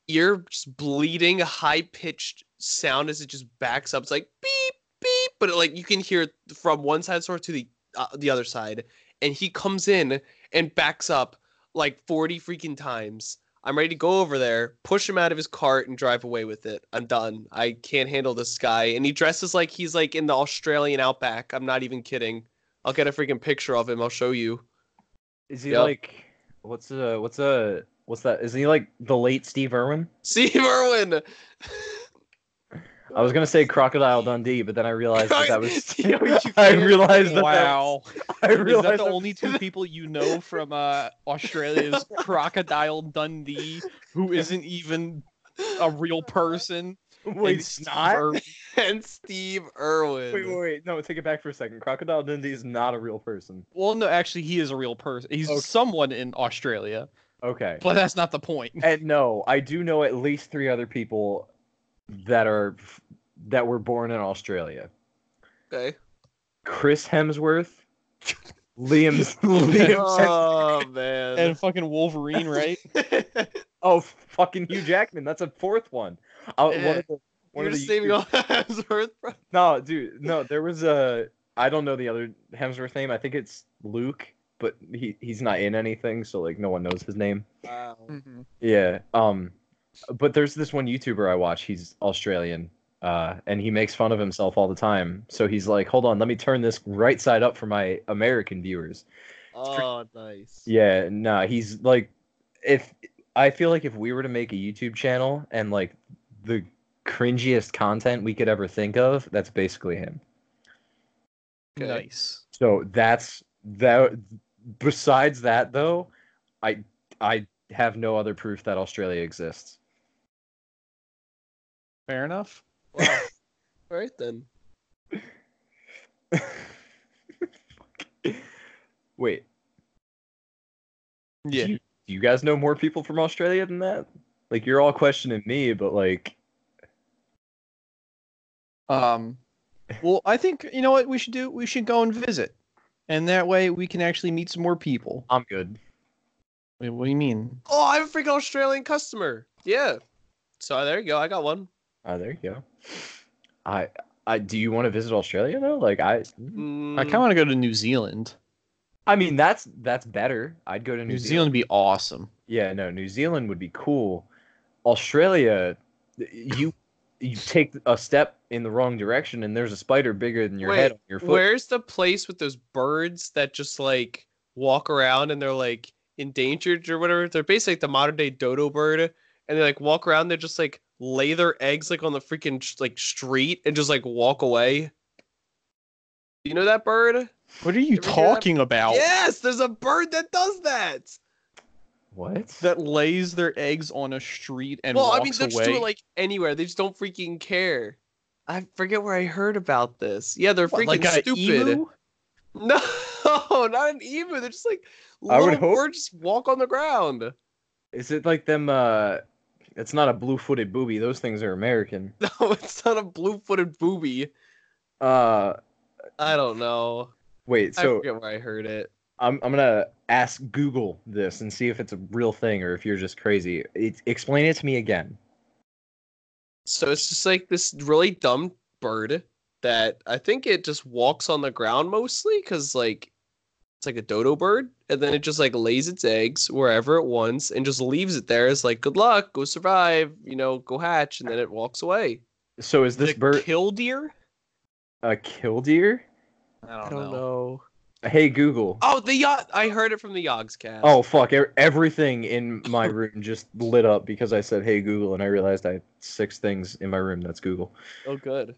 Speaker 2: ear just bleeding high pitched sound as it just backs up. It's like beep beep, but it, like you can hear it from one side of the store to the uh, the other side, and he comes in and backs up like forty freaking times. I'm ready to go over there, push him out of his cart, and drive away with it. I'm done. I can't handle this guy. And he dresses like he's like in the Australian outback. I'm not even kidding. I'll get a freaking picture of him. I'll show you.
Speaker 1: Is he
Speaker 2: Yep.
Speaker 1: like what's uh what's uh what's that? Is he like the late Steve Irwin?
Speaker 2: Steve Irwin.
Speaker 1: I was gonna say Crocodile Dundee, but then I realized that, that was
Speaker 2: Yo, you
Speaker 1: I
Speaker 2: can't-
Speaker 1: realized that
Speaker 3: Wow.
Speaker 1: that, I
Speaker 3: Is that
Speaker 1: realized
Speaker 3: the
Speaker 1: that-
Speaker 3: only two people you know from uh, Australia's Crocodile Dundee who isn't even a real person?
Speaker 1: wait,
Speaker 3: And Steve
Speaker 1: not?
Speaker 3: Irwin-
Speaker 2: and Steve Irwin.
Speaker 1: Wait, wait, wait, no, take it back for a second. Crocodile Dundee is not a real person.
Speaker 3: Well, no, actually, he is a real person. He's
Speaker 1: Okay.
Speaker 3: someone in Australia,
Speaker 1: Okay.
Speaker 3: but that's not the point.
Speaker 1: And no, I do know at least three other people that are that were born in Australia.
Speaker 2: Okay.
Speaker 1: Chris Hemsworth, Liam, Liam.
Speaker 2: Oh man.
Speaker 3: And fucking Wolverine, right?
Speaker 1: Oh, fucking Hugh Jackman. That's a fourth one. Uh, one of the, one
Speaker 2: You're
Speaker 1: of
Speaker 2: just
Speaker 1: the
Speaker 2: naming all Hemsworth, bro.
Speaker 1: No, dude, no. There was a. I don't know the other Hemsworth name. I think it's Luke, but he he's not in anything, so like no one knows his name.
Speaker 2: Wow.
Speaker 1: Yeah. Um, but there's this one YouTuber I watch. He's Australian, uh, and he makes fun of himself all the time. So he's like, "Hold on, let me turn this right side up for my American viewers."
Speaker 2: Oh, nice.
Speaker 1: Yeah. Nah. He's like, if I feel like if we were to make a YouTube channel and like the cringiest content we could ever think of, that's basically him.
Speaker 2: Okay.
Speaker 3: Nice.
Speaker 1: So that's that. Besides that, though, I I have no other proof that Australia exists.
Speaker 3: Fair enough.
Speaker 2: Wow. all right then.
Speaker 1: Wait,
Speaker 3: Yeah.
Speaker 1: you, do you guys know more people from Australia than that? Like you're all questioning me, but like,
Speaker 4: Um,
Speaker 3: Well, I think you know what we should do. We should go and visit, and that way we can actually meet some more people.
Speaker 1: I'm good.
Speaker 3: Wait, what do you mean?
Speaker 2: Oh, I have a freaking Australian customer. Yeah. So there you go. I got one.
Speaker 1: Ah, there you go. I I do you want to visit Australia though? Like I
Speaker 3: I kind of want to go to New Zealand.
Speaker 1: I mean that's that's better. I'd go to New,
Speaker 3: New
Speaker 1: Zealand.
Speaker 3: Zealand would be awesome.
Speaker 1: Yeah, no, New Zealand would be cool. Australia, you you take a step in the wrong direction and there's a spider bigger than your
Speaker 2: Wait,
Speaker 1: head on your foot.
Speaker 2: Where's the place with those birds that just like walk around and they're like endangered or whatever? They're basically like the modern day dodo bird, and they like walk around. They just like lay their eggs like on the freaking sh- like street and just like walk away. You know that bird?
Speaker 3: What are you
Speaker 2: Ever hear that?
Speaker 3: talking about?
Speaker 2: Yes, there's a bird that does that.
Speaker 1: What?
Speaker 4: that lays their eggs on a street and
Speaker 2: well,
Speaker 4: walks
Speaker 2: I mean, they'll
Speaker 4: away.
Speaker 2: just do it like anywhere. They just don't freaking care. I forget where I heard about this. Yeah, they're
Speaker 4: What,
Speaker 2: freaking
Speaker 4: like a
Speaker 2: stupid.
Speaker 4: emu?
Speaker 2: No, not an emu. They're just like
Speaker 1: I
Speaker 2: little
Speaker 1: would hope-
Speaker 2: birds just walk on the ground.
Speaker 1: Is it like them? Uh, it's not a blue-footed booby. Those things are American.
Speaker 2: No, it's not a blue-footed booby.
Speaker 1: Uh,
Speaker 2: I don't know.
Speaker 1: wait.
Speaker 2: I
Speaker 1: So
Speaker 2: forget where I heard it.
Speaker 1: I'm I'm gonna ask Google this and see if it's a real thing or if you're just crazy. It, explain it to me again.
Speaker 2: So it's just like this really dumb bird that I think it just walks on the ground mostly because like it's like a dodo bird, and then it just like lays its eggs wherever it wants and just leaves it there. It's like good luck, go survive, you know, go hatch, and then it walks away.
Speaker 1: So is this
Speaker 4: the
Speaker 1: bird
Speaker 4: killdeer?
Speaker 1: a killdeer?
Speaker 3: Oh,
Speaker 2: I don't know.
Speaker 1: Hey Google.
Speaker 2: Oh, the yacht! I heard it from the Yogs cast.
Speaker 1: Oh fuck! e- Everything in my room just lit up because I said "Hey Google" and I realized I had six things in my room that's Google.
Speaker 2: oh, good.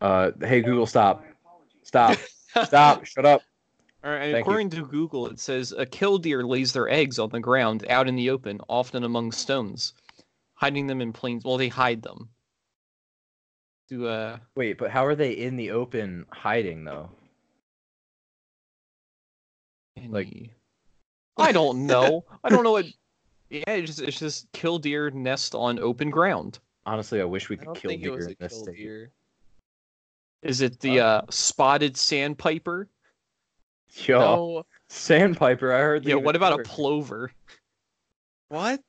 Speaker 1: Uh, hey Google, stop, stop, stop, shut up.
Speaker 3: All right, and
Speaker 1: Thank you.
Speaker 3: according to Google, it says a killdeer lays their eggs on the ground out in the open, often among stones, hiding them in plain. Well, they hide them. To uh,
Speaker 1: Wait, but how are they in the open hiding though? Like-
Speaker 3: any- I don't know. I don't know what. Yeah, it's just, it's just killdeer nest on open ground.
Speaker 1: Honestly, I wish we
Speaker 2: I
Speaker 1: could
Speaker 2: don't
Speaker 1: kill
Speaker 2: think it
Speaker 1: deer
Speaker 2: was
Speaker 1: in
Speaker 2: a
Speaker 1: this
Speaker 2: kill
Speaker 1: state.
Speaker 2: deer.
Speaker 3: Is it the uh, spotted sandpiper?
Speaker 1: Yo,
Speaker 2: No.
Speaker 1: sandpiper. I heard.
Speaker 3: Yeah.
Speaker 1: they
Speaker 3: What
Speaker 1: even
Speaker 3: about a
Speaker 1: were-
Speaker 3: plover?
Speaker 2: What?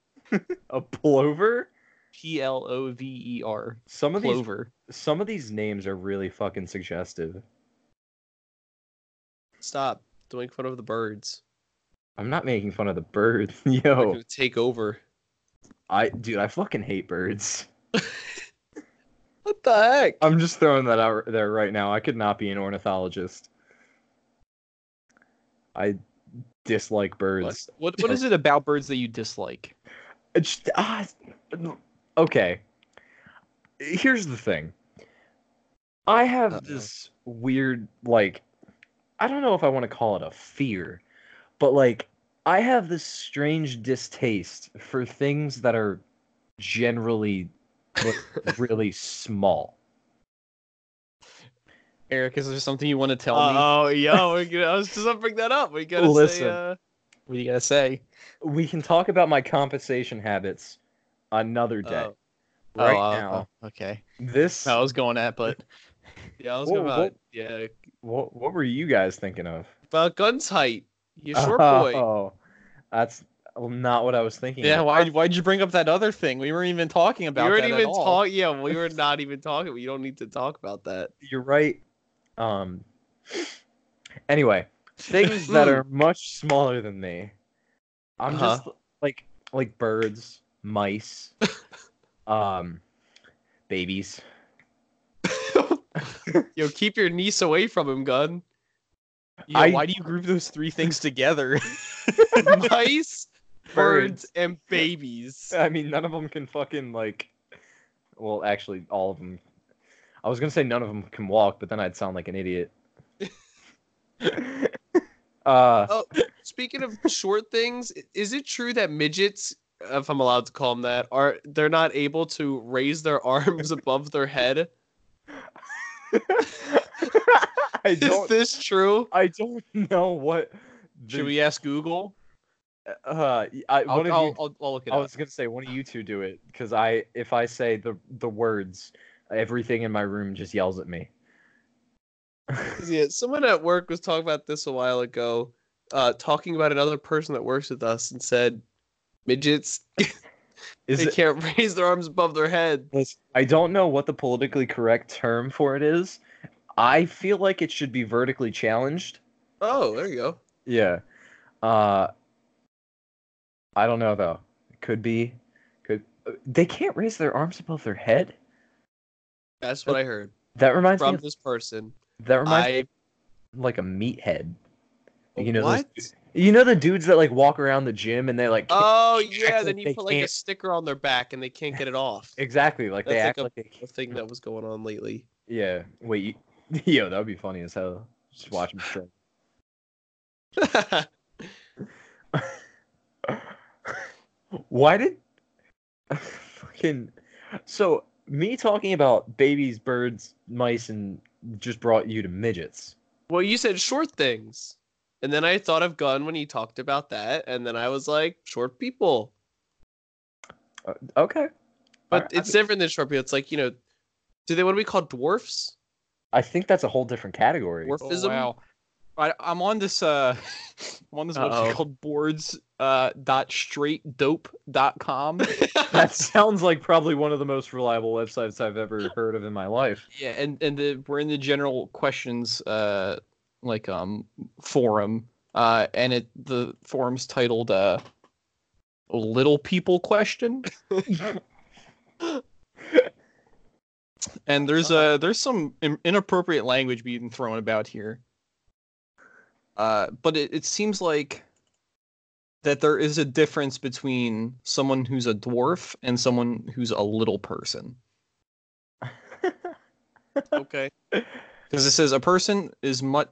Speaker 1: a plover?
Speaker 3: P L O V E R.
Speaker 1: Some of
Speaker 3: Plover.
Speaker 1: these some of these names are really fucking suggestive.
Speaker 2: Stop. Don't make fun of the birds.
Speaker 1: I'm not making fun of the bird,
Speaker 2: They're
Speaker 3: Oh.
Speaker 1: yo.
Speaker 2: gonna take over.
Speaker 1: I dude, I fucking hate birds.
Speaker 2: What the heck?
Speaker 1: I'm just throwing that out there right now. I could not be an ornithologist. I dislike birds.
Speaker 3: What What is it about birds that you dislike?
Speaker 1: It's just- ah, okay. Here's the thing. I have
Speaker 2: Uh-oh.
Speaker 1: this weird like I don't know if I want to call it a fear, but like I have this strange distaste for things that are generally like, really small.
Speaker 3: Eric, is there something you want to tell me?
Speaker 2: Oh, yo, we're gonna, I was just gonna bring that up. We gotta
Speaker 1: Listen.
Speaker 2: say. Uh,
Speaker 3: What do you gotta say?
Speaker 1: We can talk about my compensation habits another day.
Speaker 2: Oh. uh,
Speaker 1: Right
Speaker 3: oh,
Speaker 1: now,
Speaker 3: oh, okay.
Speaker 1: this
Speaker 3: I was going at, but
Speaker 2: yeah, I was
Speaker 1: Whoa,
Speaker 2: gonna.
Speaker 1: whoa.
Speaker 2: Yeah,
Speaker 1: what, what were you guys thinking of?
Speaker 2: about guns height. You short
Speaker 3: Uh-huh.
Speaker 2: boy.
Speaker 1: Oh, that's not what I was thinking.
Speaker 4: Yeah,
Speaker 1: of.
Speaker 4: why why'd you bring up that other thing? We weren't even talking
Speaker 2: we
Speaker 4: about
Speaker 2: weren't
Speaker 4: that at
Speaker 2: even
Speaker 4: all.
Speaker 2: talking. Yeah, we were not even talking. You don't need to talk about that.
Speaker 1: you're right. Um. Anyway, things that are much smaller than me. I'm
Speaker 2: Uh-huh.
Speaker 1: just like like birds, mice, um, babies.
Speaker 2: Yo, keep your niece away from him, gun.
Speaker 4: Yeah,
Speaker 1: I-
Speaker 4: why do you group those three things together?
Speaker 2: Mice, birds, and babies.
Speaker 1: I mean, none of them can fucking like. Well, actually, all of them. I was gonna say none of them can walk, but then I'd sound like an idiot. uh,
Speaker 2: Oh, speaking of short things, i- is it true that midgets, if I'm allowed to call them that, are they're not able to raise their arms above their head?
Speaker 1: I
Speaker 2: Is
Speaker 1: don't.
Speaker 2: this true?
Speaker 1: I don't know what. the-
Speaker 4: Should we ask Google?
Speaker 1: Uh, I,
Speaker 3: I'll,
Speaker 1: one of
Speaker 3: I'll,
Speaker 1: you,
Speaker 3: I'll, I'll look it
Speaker 1: I
Speaker 3: up.
Speaker 1: was gonna say one of you two do it because I, if I say the the words, everything in my room just yells at me.
Speaker 2: Yeah, someone at work was talking about this a while ago, uh, talking about another person that works with us and said, midgets,
Speaker 1: Is
Speaker 2: they
Speaker 1: it?
Speaker 2: can't raise their arms above their head.
Speaker 1: I don't know what the politically correct term for it is. I feel like it should be vertically challenged.
Speaker 2: Oh, there you go.
Speaker 1: Yeah. Uh, I don't know though. Could be. Could uh, they can't raise their arms above their head?
Speaker 2: That's what I heard
Speaker 1: That reminds me.
Speaker 2: from
Speaker 1: Of,
Speaker 2: this person.
Speaker 1: that reminds me
Speaker 2: I
Speaker 1: of, like a meathead. You know those
Speaker 2: what?
Speaker 1: You know the dudes that like walk around the gym and they like can't-
Speaker 2: Oh
Speaker 1: act
Speaker 2: yeah,
Speaker 1: like
Speaker 2: then you
Speaker 1: they
Speaker 2: put like a
Speaker 1: can't.
Speaker 2: sticker on their back and they can't get it off.
Speaker 1: exactly like they
Speaker 2: That's like
Speaker 1: act
Speaker 2: a-
Speaker 1: like they
Speaker 2: The thing that was going on lately.
Speaker 1: yeah. Wait, you, yo, that would be funny as hell. Just watch them strike. Why did fucking so me talking about babies, birds, mice, and just brought you to midgets.
Speaker 2: Well, you said short things. And then I thought of Gunn when he talked about that. And then I was like, short people.
Speaker 1: Uh, okay,
Speaker 2: But
Speaker 1: Alright, I
Speaker 2: it's different than short people. It's like, you know, do they, what do we call dwarfs?
Speaker 1: I think that's a whole different category.
Speaker 2: Dwarfism?
Speaker 3: Oh, wow. I, I'm on this. Uh, I'm on this
Speaker 2: Uh-oh.
Speaker 3: website called boards. Uh, dot straightdope.com.
Speaker 1: That sounds like probably one of the most reliable websites I've ever heard of in my life.
Speaker 3: yeah, and and the, we're in the general questions uh like um forum uh and it the forum's titled uh little people question and there's uh there's some in- inappropriate language being thrown about here uh but it, it seems like that there is a difference between someone who's a dwarf and someone who's a little person
Speaker 2: okay.
Speaker 3: because it says a person is much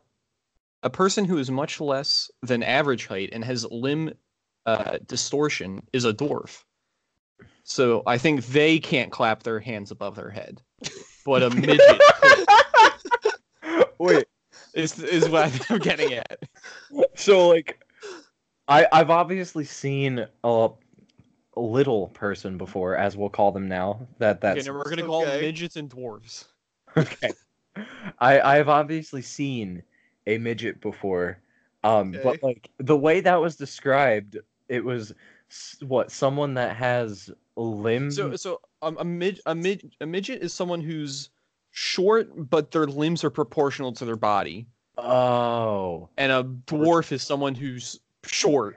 Speaker 3: a person who is much less than average height and has limb uh, distortion is a dwarf. So I think they can't clap their hands above their head, but a midget
Speaker 1: Wait,
Speaker 3: is is what I'm getting at.
Speaker 1: so like, I I've obviously seen a little person before, as we'll call them now. That
Speaker 3: Okay,
Speaker 1: that's
Speaker 3: now we're gonna call them
Speaker 2: okay.
Speaker 3: midgets and dwarves.
Speaker 1: okay. I I've obviously seen a midget before, um, but
Speaker 2: Okay.
Speaker 1: like the way that was described, it was s- what someone that has limbs.
Speaker 3: So so um, a mid a mid a midget is someone who's short but their limbs are proportional to their body,
Speaker 1: oh,
Speaker 3: and a dwarf is someone who's short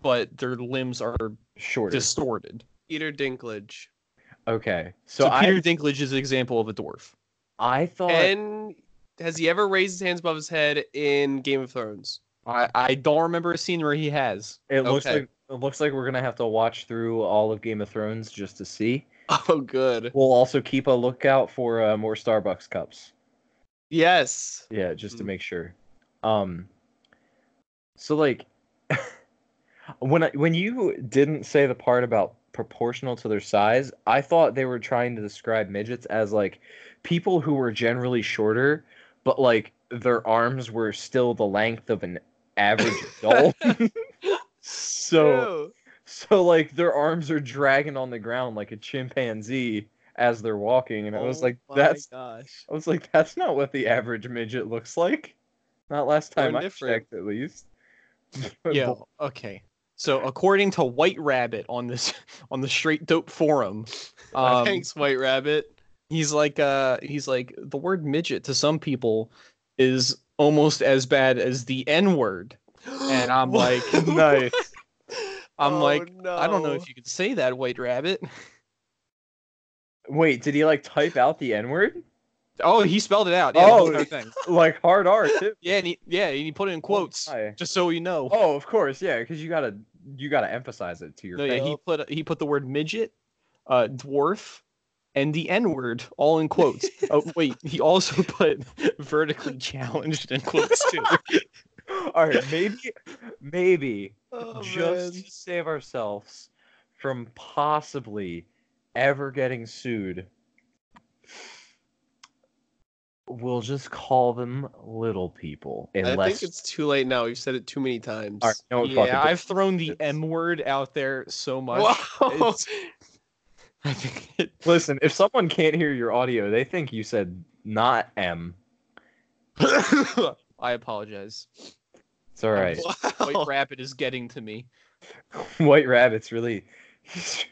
Speaker 3: but their limbs are
Speaker 1: shorter.
Speaker 3: distorted.
Speaker 2: Peter Dinklage.
Speaker 1: okay, so,
Speaker 3: So,
Speaker 1: I
Speaker 3: Peter Dinklage is an example of a dwarf.
Speaker 1: I thought
Speaker 2: And has he ever raised his hands above his head in Game of Thrones?
Speaker 3: I, I don't remember a scene where he has.
Speaker 1: it looks
Speaker 2: okay.
Speaker 1: like it looks like we're gonna have to watch through all of Game of Thrones just to see.
Speaker 2: Oh, good.
Speaker 1: We'll also keep a lookout for uh, more Starbucks cups.
Speaker 2: Yes.
Speaker 1: Yeah, just to
Speaker 2: Mm.
Speaker 1: make sure. Um so like when I, when you didn't say the part about proportional to their size, I thought they were trying to describe midgets as like people who were generally shorter, but like their arms were still the length of an average adult. so
Speaker 2: Ew.
Speaker 1: so like their arms are dragging on the ground like a chimpanzee as they're walking and I was
Speaker 2: Oh
Speaker 1: like
Speaker 2: my
Speaker 1: that's
Speaker 2: gosh.
Speaker 1: I was like, that's not what the average midget looks like. Not last
Speaker 2: They're
Speaker 1: time I
Speaker 2: different.
Speaker 1: checked, at least.
Speaker 3: Yeah. Okay. So according to White Rabbit on this on the Straight Dope forum, um,
Speaker 2: Thanks, White Rabbit.
Speaker 3: he's like uh he's like the word midget to some people is almost as bad as the N word, and I'm like
Speaker 1: nice.
Speaker 3: I'm
Speaker 2: Oh,
Speaker 3: like I don't know
Speaker 2: no.
Speaker 3: if you could say that White Rabbit.
Speaker 1: Wait, did he like type out the N word?
Speaker 3: Oh, he spelled it out. Yeah, the whole
Speaker 1: Oh.
Speaker 3: entire thing.
Speaker 1: Like hard R too.
Speaker 3: yeah, and he, yeah, and he put it in quotes
Speaker 1: Hi.
Speaker 3: just so you know.
Speaker 1: Oh, of course, yeah, because you gotta you gotta emphasize it to your.
Speaker 3: No,
Speaker 1: face.
Speaker 3: yeah, he put he put the word midget, uh, dwarf, and the N word all in quotes. oh wait, he also put vertically challenged in quotes too.
Speaker 1: All right, maybe, maybe
Speaker 2: Oh,
Speaker 1: just
Speaker 2: man.
Speaker 1: to save ourselves from possibly ever getting sued, we'll just call them little people. Unless
Speaker 2: I think it's too late now. You've said it too many times.
Speaker 1: All right, no one fucking
Speaker 3: yeah,
Speaker 1: did.
Speaker 3: I've thrown the M word out there so much.
Speaker 2: Wow.
Speaker 3: It's- I think it,
Speaker 1: Listen, if someone can't hear your audio, they think you said not M.
Speaker 3: I apologize.
Speaker 1: It's all right.
Speaker 3: White
Speaker 2: Wow.
Speaker 3: rabbit is getting to me.
Speaker 1: White Rabbit's really, he's,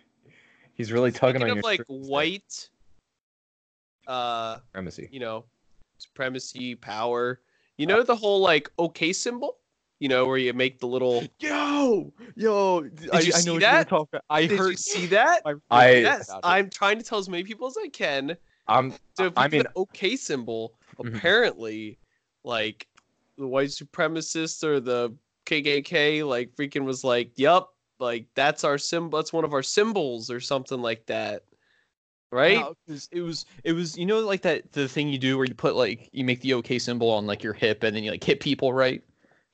Speaker 1: he's really tugging
Speaker 2: Speaking
Speaker 1: on your
Speaker 2: of like
Speaker 1: str-
Speaker 2: white, uh,
Speaker 1: supremacy.
Speaker 2: you know, supremacy, power. You know the whole like okay symbol. You know where you make the little.
Speaker 3: Yo, yo, I,
Speaker 2: you
Speaker 3: I
Speaker 2: see
Speaker 3: know what you're
Speaker 2: that?
Speaker 3: talking about. I
Speaker 2: Did
Speaker 3: heard.
Speaker 2: you see that?
Speaker 3: I,
Speaker 1: I-
Speaker 2: Yes, I'm trying to tell as many people as I can.
Speaker 1: I'm
Speaker 2: So if you
Speaker 1: I
Speaker 2: do
Speaker 1: mean-
Speaker 2: an okay symbol,
Speaker 1: Mhm.
Speaker 2: apparently, like the white supremacists or the KKK, like freaking was like, "Yup, like that's our symbol. That's one of our symbols or something like that." Right?
Speaker 3: No, 'cause it was it was you know like that the thing you do where you put like you make the OK symbol on like your hip and then you like hit people right.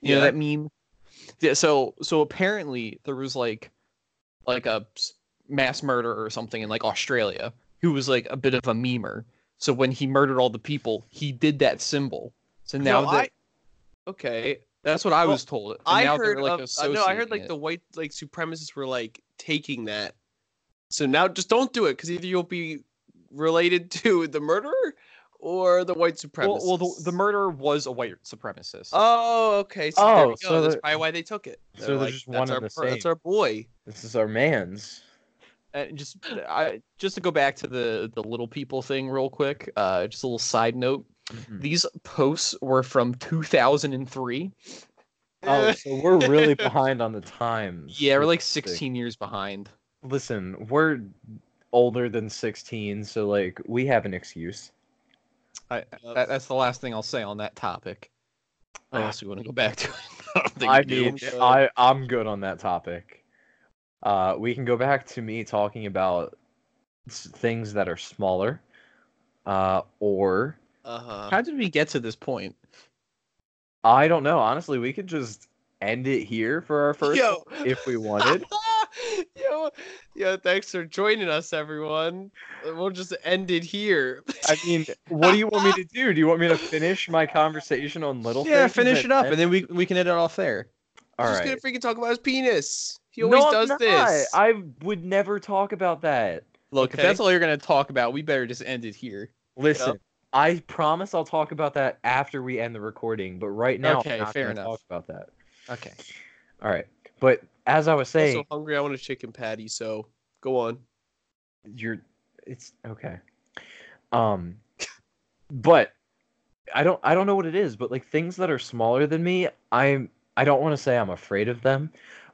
Speaker 3: You know
Speaker 2: Yeah.
Speaker 3: that meme. Yeah. So so apparently there was like like a s- mass murderer or something in like Australia who was like a bit of a memer. So when he murdered all the people, he did that symbol. So now
Speaker 2: No,
Speaker 3: that
Speaker 2: I, okay,
Speaker 3: that's what I
Speaker 2: well,
Speaker 3: was told. And
Speaker 2: I
Speaker 3: now they're,
Speaker 2: heard
Speaker 3: like,
Speaker 2: of, uh, no, I heard
Speaker 3: associating
Speaker 2: like
Speaker 3: it.
Speaker 2: the white like supremacists were like taking that. So now just don't do it because either you'll be related to the murderer or the white
Speaker 3: well,
Speaker 2: supremacist.
Speaker 3: well the, the murderer was a white supremacist.
Speaker 2: Oh, okay. So there
Speaker 1: Oh,
Speaker 2: we go.
Speaker 1: so
Speaker 2: that's
Speaker 1: they're-
Speaker 2: probably why they took it.
Speaker 1: so
Speaker 2: They're
Speaker 1: they're
Speaker 2: like,
Speaker 1: just
Speaker 2: that's
Speaker 1: one and
Speaker 2: our,
Speaker 1: the
Speaker 2: per- That's
Speaker 1: same."
Speaker 2: our boy.
Speaker 1: This is our man's.
Speaker 3: and just I just to go back to the the little people thing real quick. Uh, just a little side note.
Speaker 2: Mm-hmm.
Speaker 3: These posts were from 2003.
Speaker 1: Oh, so we're really behind on the times.
Speaker 3: Yeah, we're like
Speaker 1: Let's see.
Speaker 3: 16 years behind.
Speaker 1: Listen, we're older than 16, so like we have an excuse.
Speaker 3: I, that, that's the last thing I'll say on that topic. Unless we want to go back to it. I don't think
Speaker 1: I
Speaker 3: we do.
Speaker 1: mean, I I'm good on that topic. Uh, we can go back to me talking about s- things that are smaller, uh, or
Speaker 2: Uh huh.
Speaker 3: how did we get to this point?
Speaker 1: I don't know. Honestly, we could just end it here for our first
Speaker 2: Yo.
Speaker 1: one if we wanted.
Speaker 2: yo, yo, thanks for joining us, everyone. We'll just end it here.
Speaker 1: I mean, what do you want me to do? Do you want me to finish my conversation on little?
Speaker 3: yeah,
Speaker 1: things
Speaker 3: finish it up,
Speaker 1: then-
Speaker 3: and then we we can end it off there.
Speaker 1: All
Speaker 2: just
Speaker 1: right.
Speaker 2: gonna freaking talk about his penis. He always
Speaker 1: No, I'm
Speaker 2: does
Speaker 1: not.
Speaker 2: this.
Speaker 1: I would never talk about that.
Speaker 3: Look,
Speaker 2: Okay.
Speaker 3: if that's all you're gonna talk about, we better just end it here.
Speaker 1: Listen, I promise I'll talk about that after we end the recording, but right now
Speaker 3: Okay,
Speaker 1: I'm not
Speaker 3: fair
Speaker 1: gonna
Speaker 3: enough.
Speaker 1: talk about that.
Speaker 3: Okay.
Speaker 1: All right. But as I was
Speaker 2: I'm
Speaker 1: saying,
Speaker 2: so hungry. I want a chicken patty. So go on.
Speaker 1: you're it's okay. Um but I don't I don't know what it is, but like things that are smaller than me, I'm I don't want to say I'm afraid of them,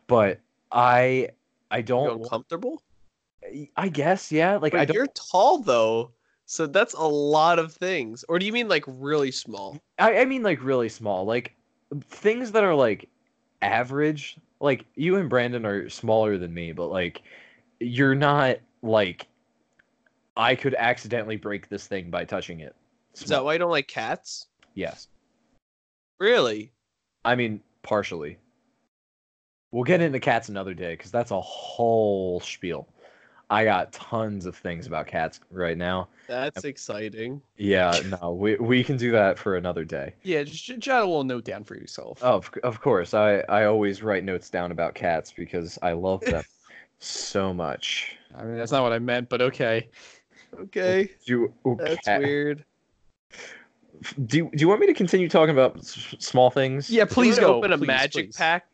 Speaker 1: but I I
Speaker 2: You
Speaker 1: don't
Speaker 2: uncomfortable?
Speaker 1: I guess yeah, like
Speaker 2: But
Speaker 1: I don't
Speaker 2: you're tall though, so that's a lot of things. Or do you mean like really small?
Speaker 1: I, I mean like really small like things that are like average like you and brandon are smaller than me but like you're not like i could accidentally break this thing by touching it
Speaker 2: Is that why you don't like cats?
Speaker 1: yes
Speaker 2: Really?
Speaker 1: i mean partially we'll get into cats another day because that's a whole spiel i got tons of things about cats right now
Speaker 2: That's exciting.
Speaker 1: yeah no we, we can do that for another day
Speaker 3: Yeah, just j- jot a little note down for yourself.
Speaker 2: Oh.
Speaker 1: Oh, Of of course, I I always write notes down about cats because I love them so much.
Speaker 3: I mean, that's not what I meant, but okay.
Speaker 2: Okay.
Speaker 1: Do you,
Speaker 2: That's
Speaker 1: cat-
Speaker 2: weird.
Speaker 1: Do you, do you want me to continue talking about s- small things?
Speaker 3: Yeah,
Speaker 2: You
Speaker 3: please
Speaker 2: wanna
Speaker 3: go.
Speaker 2: open a
Speaker 3: please,
Speaker 2: magic
Speaker 3: please.
Speaker 2: pack.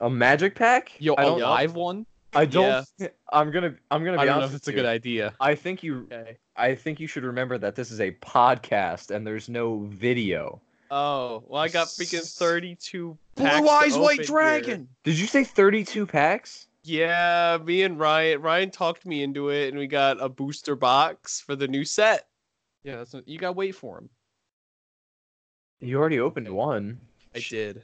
Speaker 1: A magic pack?
Speaker 3: Yo,
Speaker 1: I
Speaker 3: a
Speaker 1: don't.
Speaker 3: live one.
Speaker 1: I don't. I'm gonna. I'm gonna be
Speaker 3: I don't know
Speaker 1: honest
Speaker 3: if it's a
Speaker 1: with
Speaker 3: good
Speaker 1: you.
Speaker 3: idea.
Speaker 1: I think you.
Speaker 3: Okay.
Speaker 1: I think you should remember that this is a podcast and there's no video.
Speaker 2: Oh, well, I got freaking
Speaker 3: S-
Speaker 2: 32 packs
Speaker 3: Blue
Speaker 2: to
Speaker 3: Eyes
Speaker 2: open
Speaker 3: White
Speaker 2: here.
Speaker 3: Dragon.
Speaker 1: Did you say 32 packs?
Speaker 2: Yeah, me and Ryan. Ryan talked me into it, and we got a booster box for the new set.
Speaker 3: Yeah, that's not, you gotta wait for him.
Speaker 1: You already opened one.
Speaker 2: I did.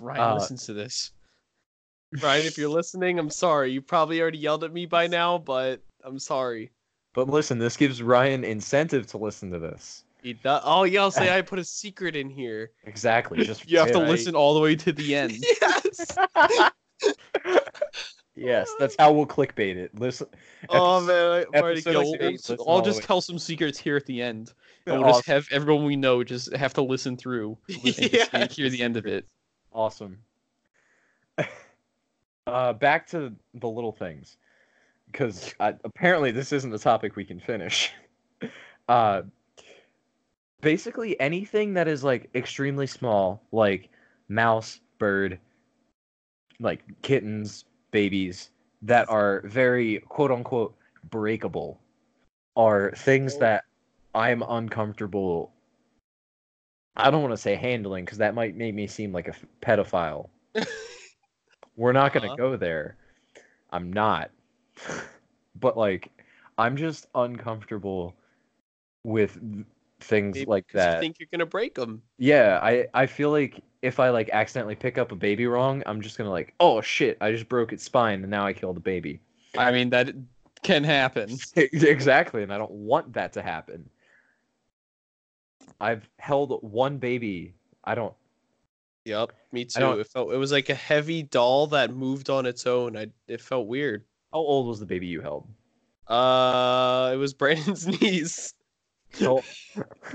Speaker 3: Ryan
Speaker 1: Uh,
Speaker 3: listens to this.
Speaker 2: Ryan, if you're listening, I'm sorry. You probably already yelled at me by now, but I'm sorry.
Speaker 1: But listen, this gives Ryan incentive to listen to this.
Speaker 2: He do- oh, yeah, I'll say I put a secret in here.
Speaker 1: Exactly. Just
Speaker 3: You have
Speaker 1: yeah.
Speaker 3: to
Speaker 2: Right.
Speaker 3: listen all the way to the end.
Speaker 2: Yes.
Speaker 1: Yes, that's how we'll clickbait it. Listen,
Speaker 2: oh
Speaker 1: Epis-
Speaker 2: man, I'm already
Speaker 1: episode
Speaker 2: guilty.
Speaker 1: series.
Speaker 3: So
Speaker 1: listen all
Speaker 3: I'll
Speaker 1: the
Speaker 3: just
Speaker 1: way.
Speaker 3: tell some secrets here at the end, and we'll just
Speaker 1: Awesome.
Speaker 3: have everyone we know just have to listen through and just
Speaker 2: yeah.
Speaker 3: hear the end of it.
Speaker 1: awesome. uh, back to the little things, because apparently this isn't a topic we can finish. Uh, basically, anything that is like extremely small, like mouse, bird, like kittens, babies, that are very quote unquote breakable, are
Speaker 2: Oh.
Speaker 1: things that I'm uncomfortable. I don't want to say handling because that might make me seem like a f- pedophile. We're not going to go
Speaker 2: Uh-huh.
Speaker 1: there. I'm not. but like, I'm just uncomfortable with th- things
Speaker 2: Maybe
Speaker 1: like
Speaker 2: 'cause
Speaker 1: that.
Speaker 2: You think you're gonna break them?
Speaker 1: Yeah, I I feel like if I like accidentally pick up a baby wrong, I'm just gonna like, oh shit, I just broke its spine and now I killed a baby.
Speaker 3: I mean, that can happen.
Speaker 1: exactly, and I don't want that to happen. I've held one baby. I don't.
Speaker 2: Yep, me too.
Speaker 1: don't-
Speaker 2: It felt it was like a heavy doll that moved on its own. I it felt weird.
Speaker 1: How old was the baby you held?
Speaker 2: Uh, it was Brandon's niece
Speaker 1: How,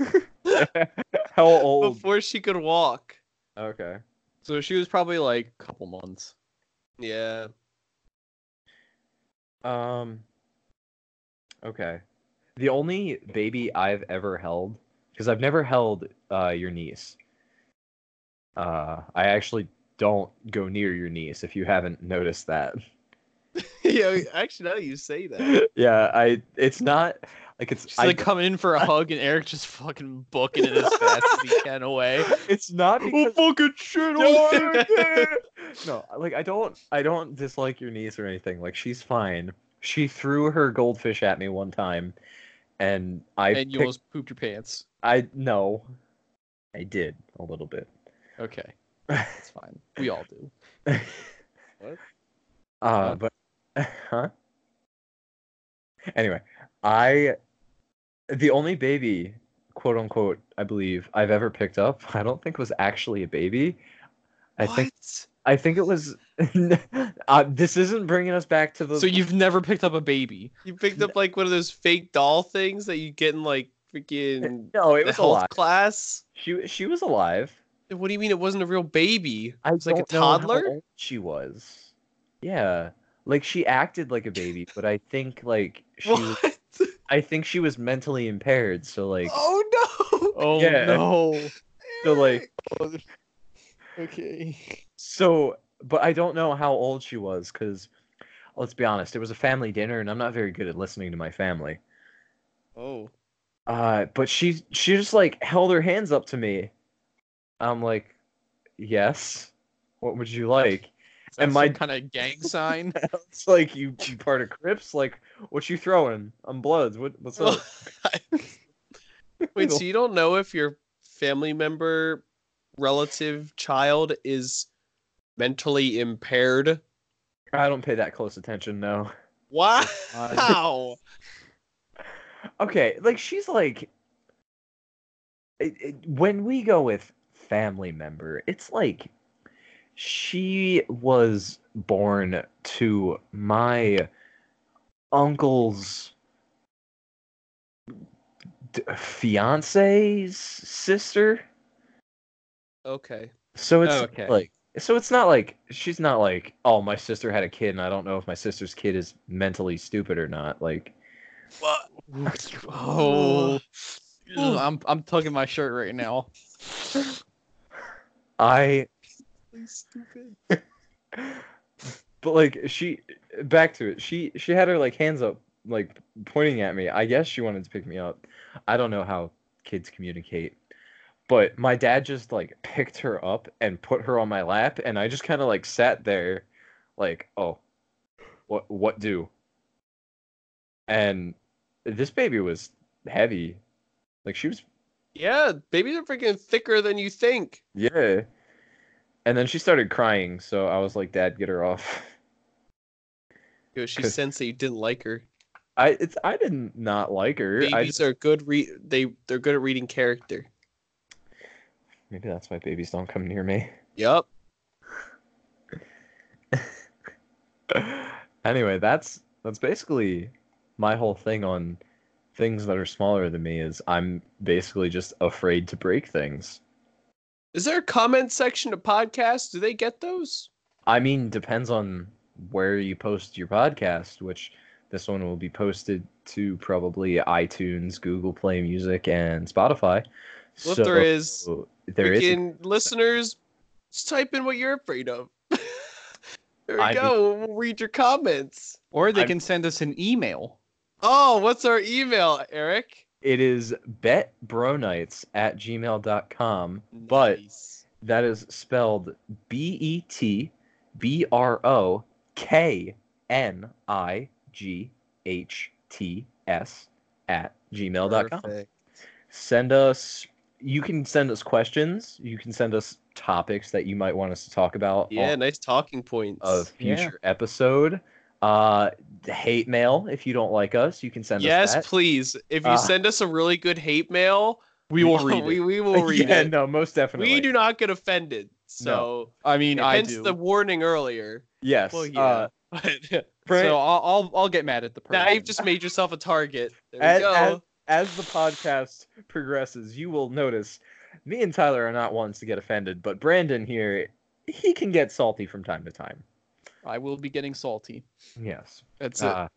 Speaker 1: How old?
Speaker 2: before she could walk.
Speaker 1: Okay.
Speaker 3: So she was probably like a couple months.
Speaker 2: Yeah,
Speaker 1: Um. Okay. The only baby I've ever held, because I've never held uh, your niece. Uh, I actually don't go near your niece. If you haven't noticed that,
Speaker 2: yeah. Actually, now that you say that,
Speaker 1: yeah, I. It's not like it's.
Speaker 3: She's
Speaker 1: I,
Speaker 3: like coming in for a hug, and Eric just fucking booking it as fast as he can away.
Speaker 1: it's not because.
Speaker 3: fucking shit!
Speaker 1: no, like I don't. I don't dislike your niece or anything. Like she's fine. She threw her goldfish at me one time, and I.
Speaker 3: and you
Speaker 1: picked-
Speaker 3: almost pooped your pants.
Speaker 1: I no, I did a little bit.
Speaker 3: Okay, that's fine. We all do.
Speaker 1: Uh, but huh? Anyway, I the only baby, quote unquote, I believe I've ever picked up. I don't think was actually a baby. I think I think it was. uh, this isn't bringing us back to the.
Speaker 3: So you've never picked up a baby.
Speaker 2: you picked up like one of those fake doll things that you get in like freaking
Speaker 1: no, it
Speaker 2: the
Speaker 1: was
Speaker 2: health
Speaker 1: alive.
Speaker 2: class.
Speaker 1: she she was alive.
Speaker 2: What do you mean it wasn't a real baby?
Speaker 1: I was
Speaker 2: like a toddler?
Speaker 1: she was. Yeah, like she acted like a baby, but I think like she was
Speaker 2: What?
Speaker 1: I think she was mentally impaired, so like
Speaker 2: Oh no!
Speaker 3: Oh
Speaker 1: Yeah.
Speaker 3: no!
Speaker 1: so like
Speaker 3: Okay.
Speaker 1: so but I don't know how old she was cuz let's be honest, it was a family dinner and I'm not very good at listening to my family.
Speaker 2: Oh,
Speaker 1: Uh but she she just like held her hands up to me. I'm like, "Yes. What would you like?" And
Speaker 3: and
Speaker 1: my-
Speaker 3: my kind of gang sign.
Speaker 1: It's like you, you part of Crips, like what you throwing? I'm Bloods. What what's up?
Speaker 2: wait. So you don't know if your family member, relative, child is mentally impaired?
Speaker 1: I don't pay that close attention, no.
Speaker 2: Wow!
Speaker 1: Okay, like she's like it, it- when we go with family member, it's like she was born to my uncle's d- fiance's sister.
Speaker 2: okay.
Speaker 1: So it's
Speaker 3: Okay.
Speaker 1: like so it's not like she's not like oh my sister had a kid and I don't know if my sister's kid is mentally stupid or not like
Speaker 3: oh. I'm I'm tugging my shirt right now.
Speaker 1: I
Speaker 2: Stupid.
Speaker 1: but like she back to it she she had her like hands up like pointing at me i guess she wanted to pick me up i don't know how kids communicate but my dad just like picked her up and put her on my lap and i just kind of like sat there like oh what what do and this baby was heavy like she was
Speaker 2: Yeah, babies are freaking thicker than you think.
Speaker 1: yeah and then she started crying so i was like dad get her off
Speaker 2: Yo, she
Speaker 1: Cause-
Speaker 2: sensed that you didn't like her.
Speaker 1: I it's I didn't not like her. I
Speaker 2: Babies
Speaker 1: just,
Speaker 2: are good. Re- they they're good at reading character.
Speaker 1: maybe that's why babies don't come near me.
Speaker 2: Yep.
Speaker 1: anyway, that's that's basically my whole thing on things that are smaller than me is I'm basically just afraid to break things.
Speaker 2: Is there a comment section to podcasts? Do they get those?
Speaker 1: I mean, depends on where you post your podcast, which this one will be posted to probably iTunes, Google Play Music, and Spotify.
Speaker 2: Well,
Speaker 1: so oh,
Speaker 2: if there is,
Speaker 1: there is a
Speaker 2: Freaking listeners, just type in what you're afraid of. there we
Speaker 1: I
Speaker 2: go. We'll read your comments.
Speaker 3: Or they
Speaker 1: I'm-
Speaker 3: can send us an email.
Speaker 2: Oh, what's our email, Eric?
Speaker 1: It is betbronites at gmail.com, but
Speaker 2: Nice.
Speaker 1: that is spelled B E T B R O K N I G H T S at gmail.com.
Speaker 2: Perfect.
Speaker 1: Send us, you can send us questions, you can send us topics that you might want us to talk about
Speaker 2: Yeah,
Speaker 1: on
Speaker 2: nice talking points.
Speaker 1: a future episode. Uh, hate mail if you don't like us, you can send us
Speaker 2: yes,
Speaker 1: that.
Speaker 2: please. If you
Speaker 1: Uh,
Speaker 2: send us a really good hate mail,
Speaker 3: We will read
Speaker 2: we,
Speaker 3: it.
Speaker 2: we will read
Speaker 1: yeah,
Speaker 2: it.
Speaker 1: no, most definitely.
Speaker 2: We do not get offended. So
Speaker 3: I mean, I
Speaker 2: hence
Speaker 3: do.
Speaker 2: the warning earlier.
Speaker 3: yes.
Speaker 2: Well, yeah.
Speaker 3: uh,
Speaker 2: But
Speaker 1: Frank,
Speaker 3: So I'll, I'll I'll get mad at the person.
Speaker 2: now you've just made yourself a target. There
Speaker 1: At-
Speaker 2: you go.
Speaker 1: at- as the podcast progresses, you will notice me and Tyler are not ones to get offended, but Brandon here, he can get salty from time to time.
Speaker 3: I will be getting salty.
Speaker 1: Yes.
Speaker 3: That's a
Speaker 1: Uh,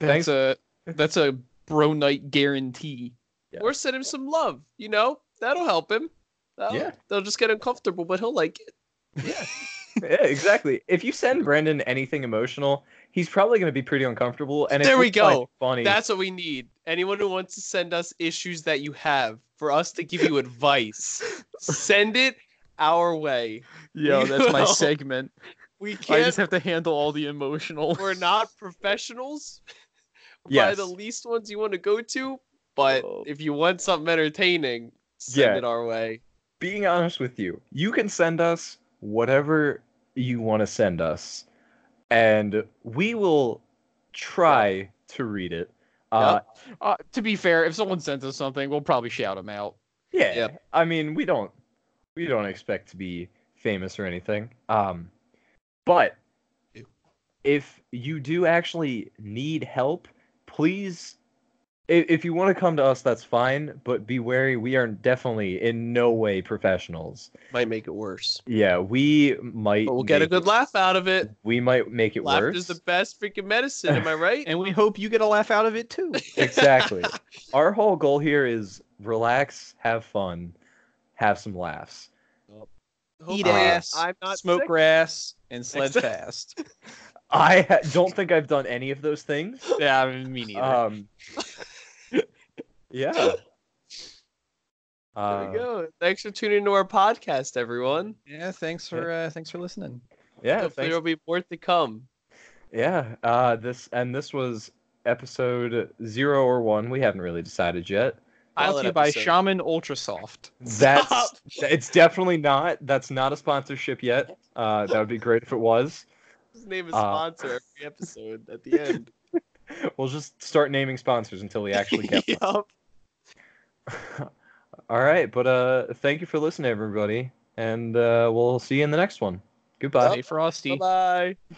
Speaker 3: that's a that's a bro night guarantee.
Speaker 1: yeah.
Speaker 2: Or send him some love. You know that'll help him. That'll,
Speaker 1: Yeah.
Speaker 2: They'll just get uncomfortable, but he'll like it.
Speaker 1: yeah, exactly. If you send Brandon anything emotional, he's probably going to be pretty uncomfortable. And if
Speaker 2: There we
Speaker 1: you find
Speaker 2: go.
Speaker 1: it Funny.
Speaker 2: That's what we need. Anyone who wants to send us issues that you have for us to give you advice, send it our way.
Speaker 3: Yo,
Speaker 2: You
Speaker 3: that's my
Speaker 2: know.
Speaker 3: segment.
Speaker 2: We
Speaker 3: I
Speaker 2: can't.
Speaker 3: just have to handle all the emotional.
Speaker 2: We're not professionals. By
Speaker 1: Yes.
Speaker 2: the least ones you want to go to, but
Speaker 3: Oh.
Speaker 2: if you want something entertaining, send
Speaker 1: Yeah.
Speaker 2: it our way.
Speaker 1: being honest with you, you can send us whatever you want to send us, and we will try to read it. Uh,
Speaker 3: Uh, to be fair, if someone sends us something, we'll probably shout them out.
Speaker 1: yeah,
Speaker 2: Yep.
Speaker 1: I mean, we don't we don't expect to be famous or anything. Um, but
Speaker 2: Ew.
Speaker 1: if you do actually need help, please. i- If you want to come to us, that's fine, but be wary. We are definitely in no way professionals.
Speaker 2: Might make it worse,
Speaker 1: Yeah, we might.
Speaker 2: but we'll get a
Speaker 1: make
Speaker 2: good
Speaker 1: it-
Speaker 2: laugh out of it.
Speaker 1: we might make it
Speaker 2: Laughter's
Speaker 1: worse.
Speaker 2: the best freaking medicine. Am I right?
Speaker 3: And we hope you get a laugh out of it too.
Speaker 1: exactly. Our whole goal here is relax, have fun, have some laughs.
Speaker 2: Hopefully
Speaker 1: ass,
Speaker 2: I'm not
Speaker 3: smoke
Speaker 2: sick.
Speaker 3: grass, and sled
Speaker 2: Exact-
Speaker 3: fast.
Speaker 1: I ha- don't think I've done any of those things.
Speaker 3: yeah, I mean, me neither.
Speaker 1: Um, yeah.
Speaker 2: There
Speaker 1: Uh,
Speaker 2: we go. Thanks for tuning into our podcast, everyone.
Speaker 3: yeah, thanks for uh, thanks for listening.
Speaker 1: Yeah.
Speaker 2: Hopefully,
Speaker 1: Thanks.
Speaker 2: there'll be more to come.
Speaker 1: Yeah. Uh, this and this was episode zero or one. We haven't really decided yet.
Speaker 3: Brought
Speaker 2: Pilot
Speaker 3: to you by
Speaker 2: episode.
Speaker 3: Shaman Ultrasoft.
Speaker 1: That's
Speaker 2: Stop.
Speaker 1: it's definitely not. That's not a sponsorship yet. Uh, that would be great if it was.
Speaker 2: His name is
Speaker 1: Uh,
Speaker 2: sponsor every episode at the end.
Speaker 1: We'll just start naming sponsors until we actually get one.
Speaker 2: Yup.
Speaker 1: All right, but uh thank you for listening everybody and uh we'll see you in the next one. Goodbye.
Speaker 3: Stay frosty.
Speaker 2: Bye bye.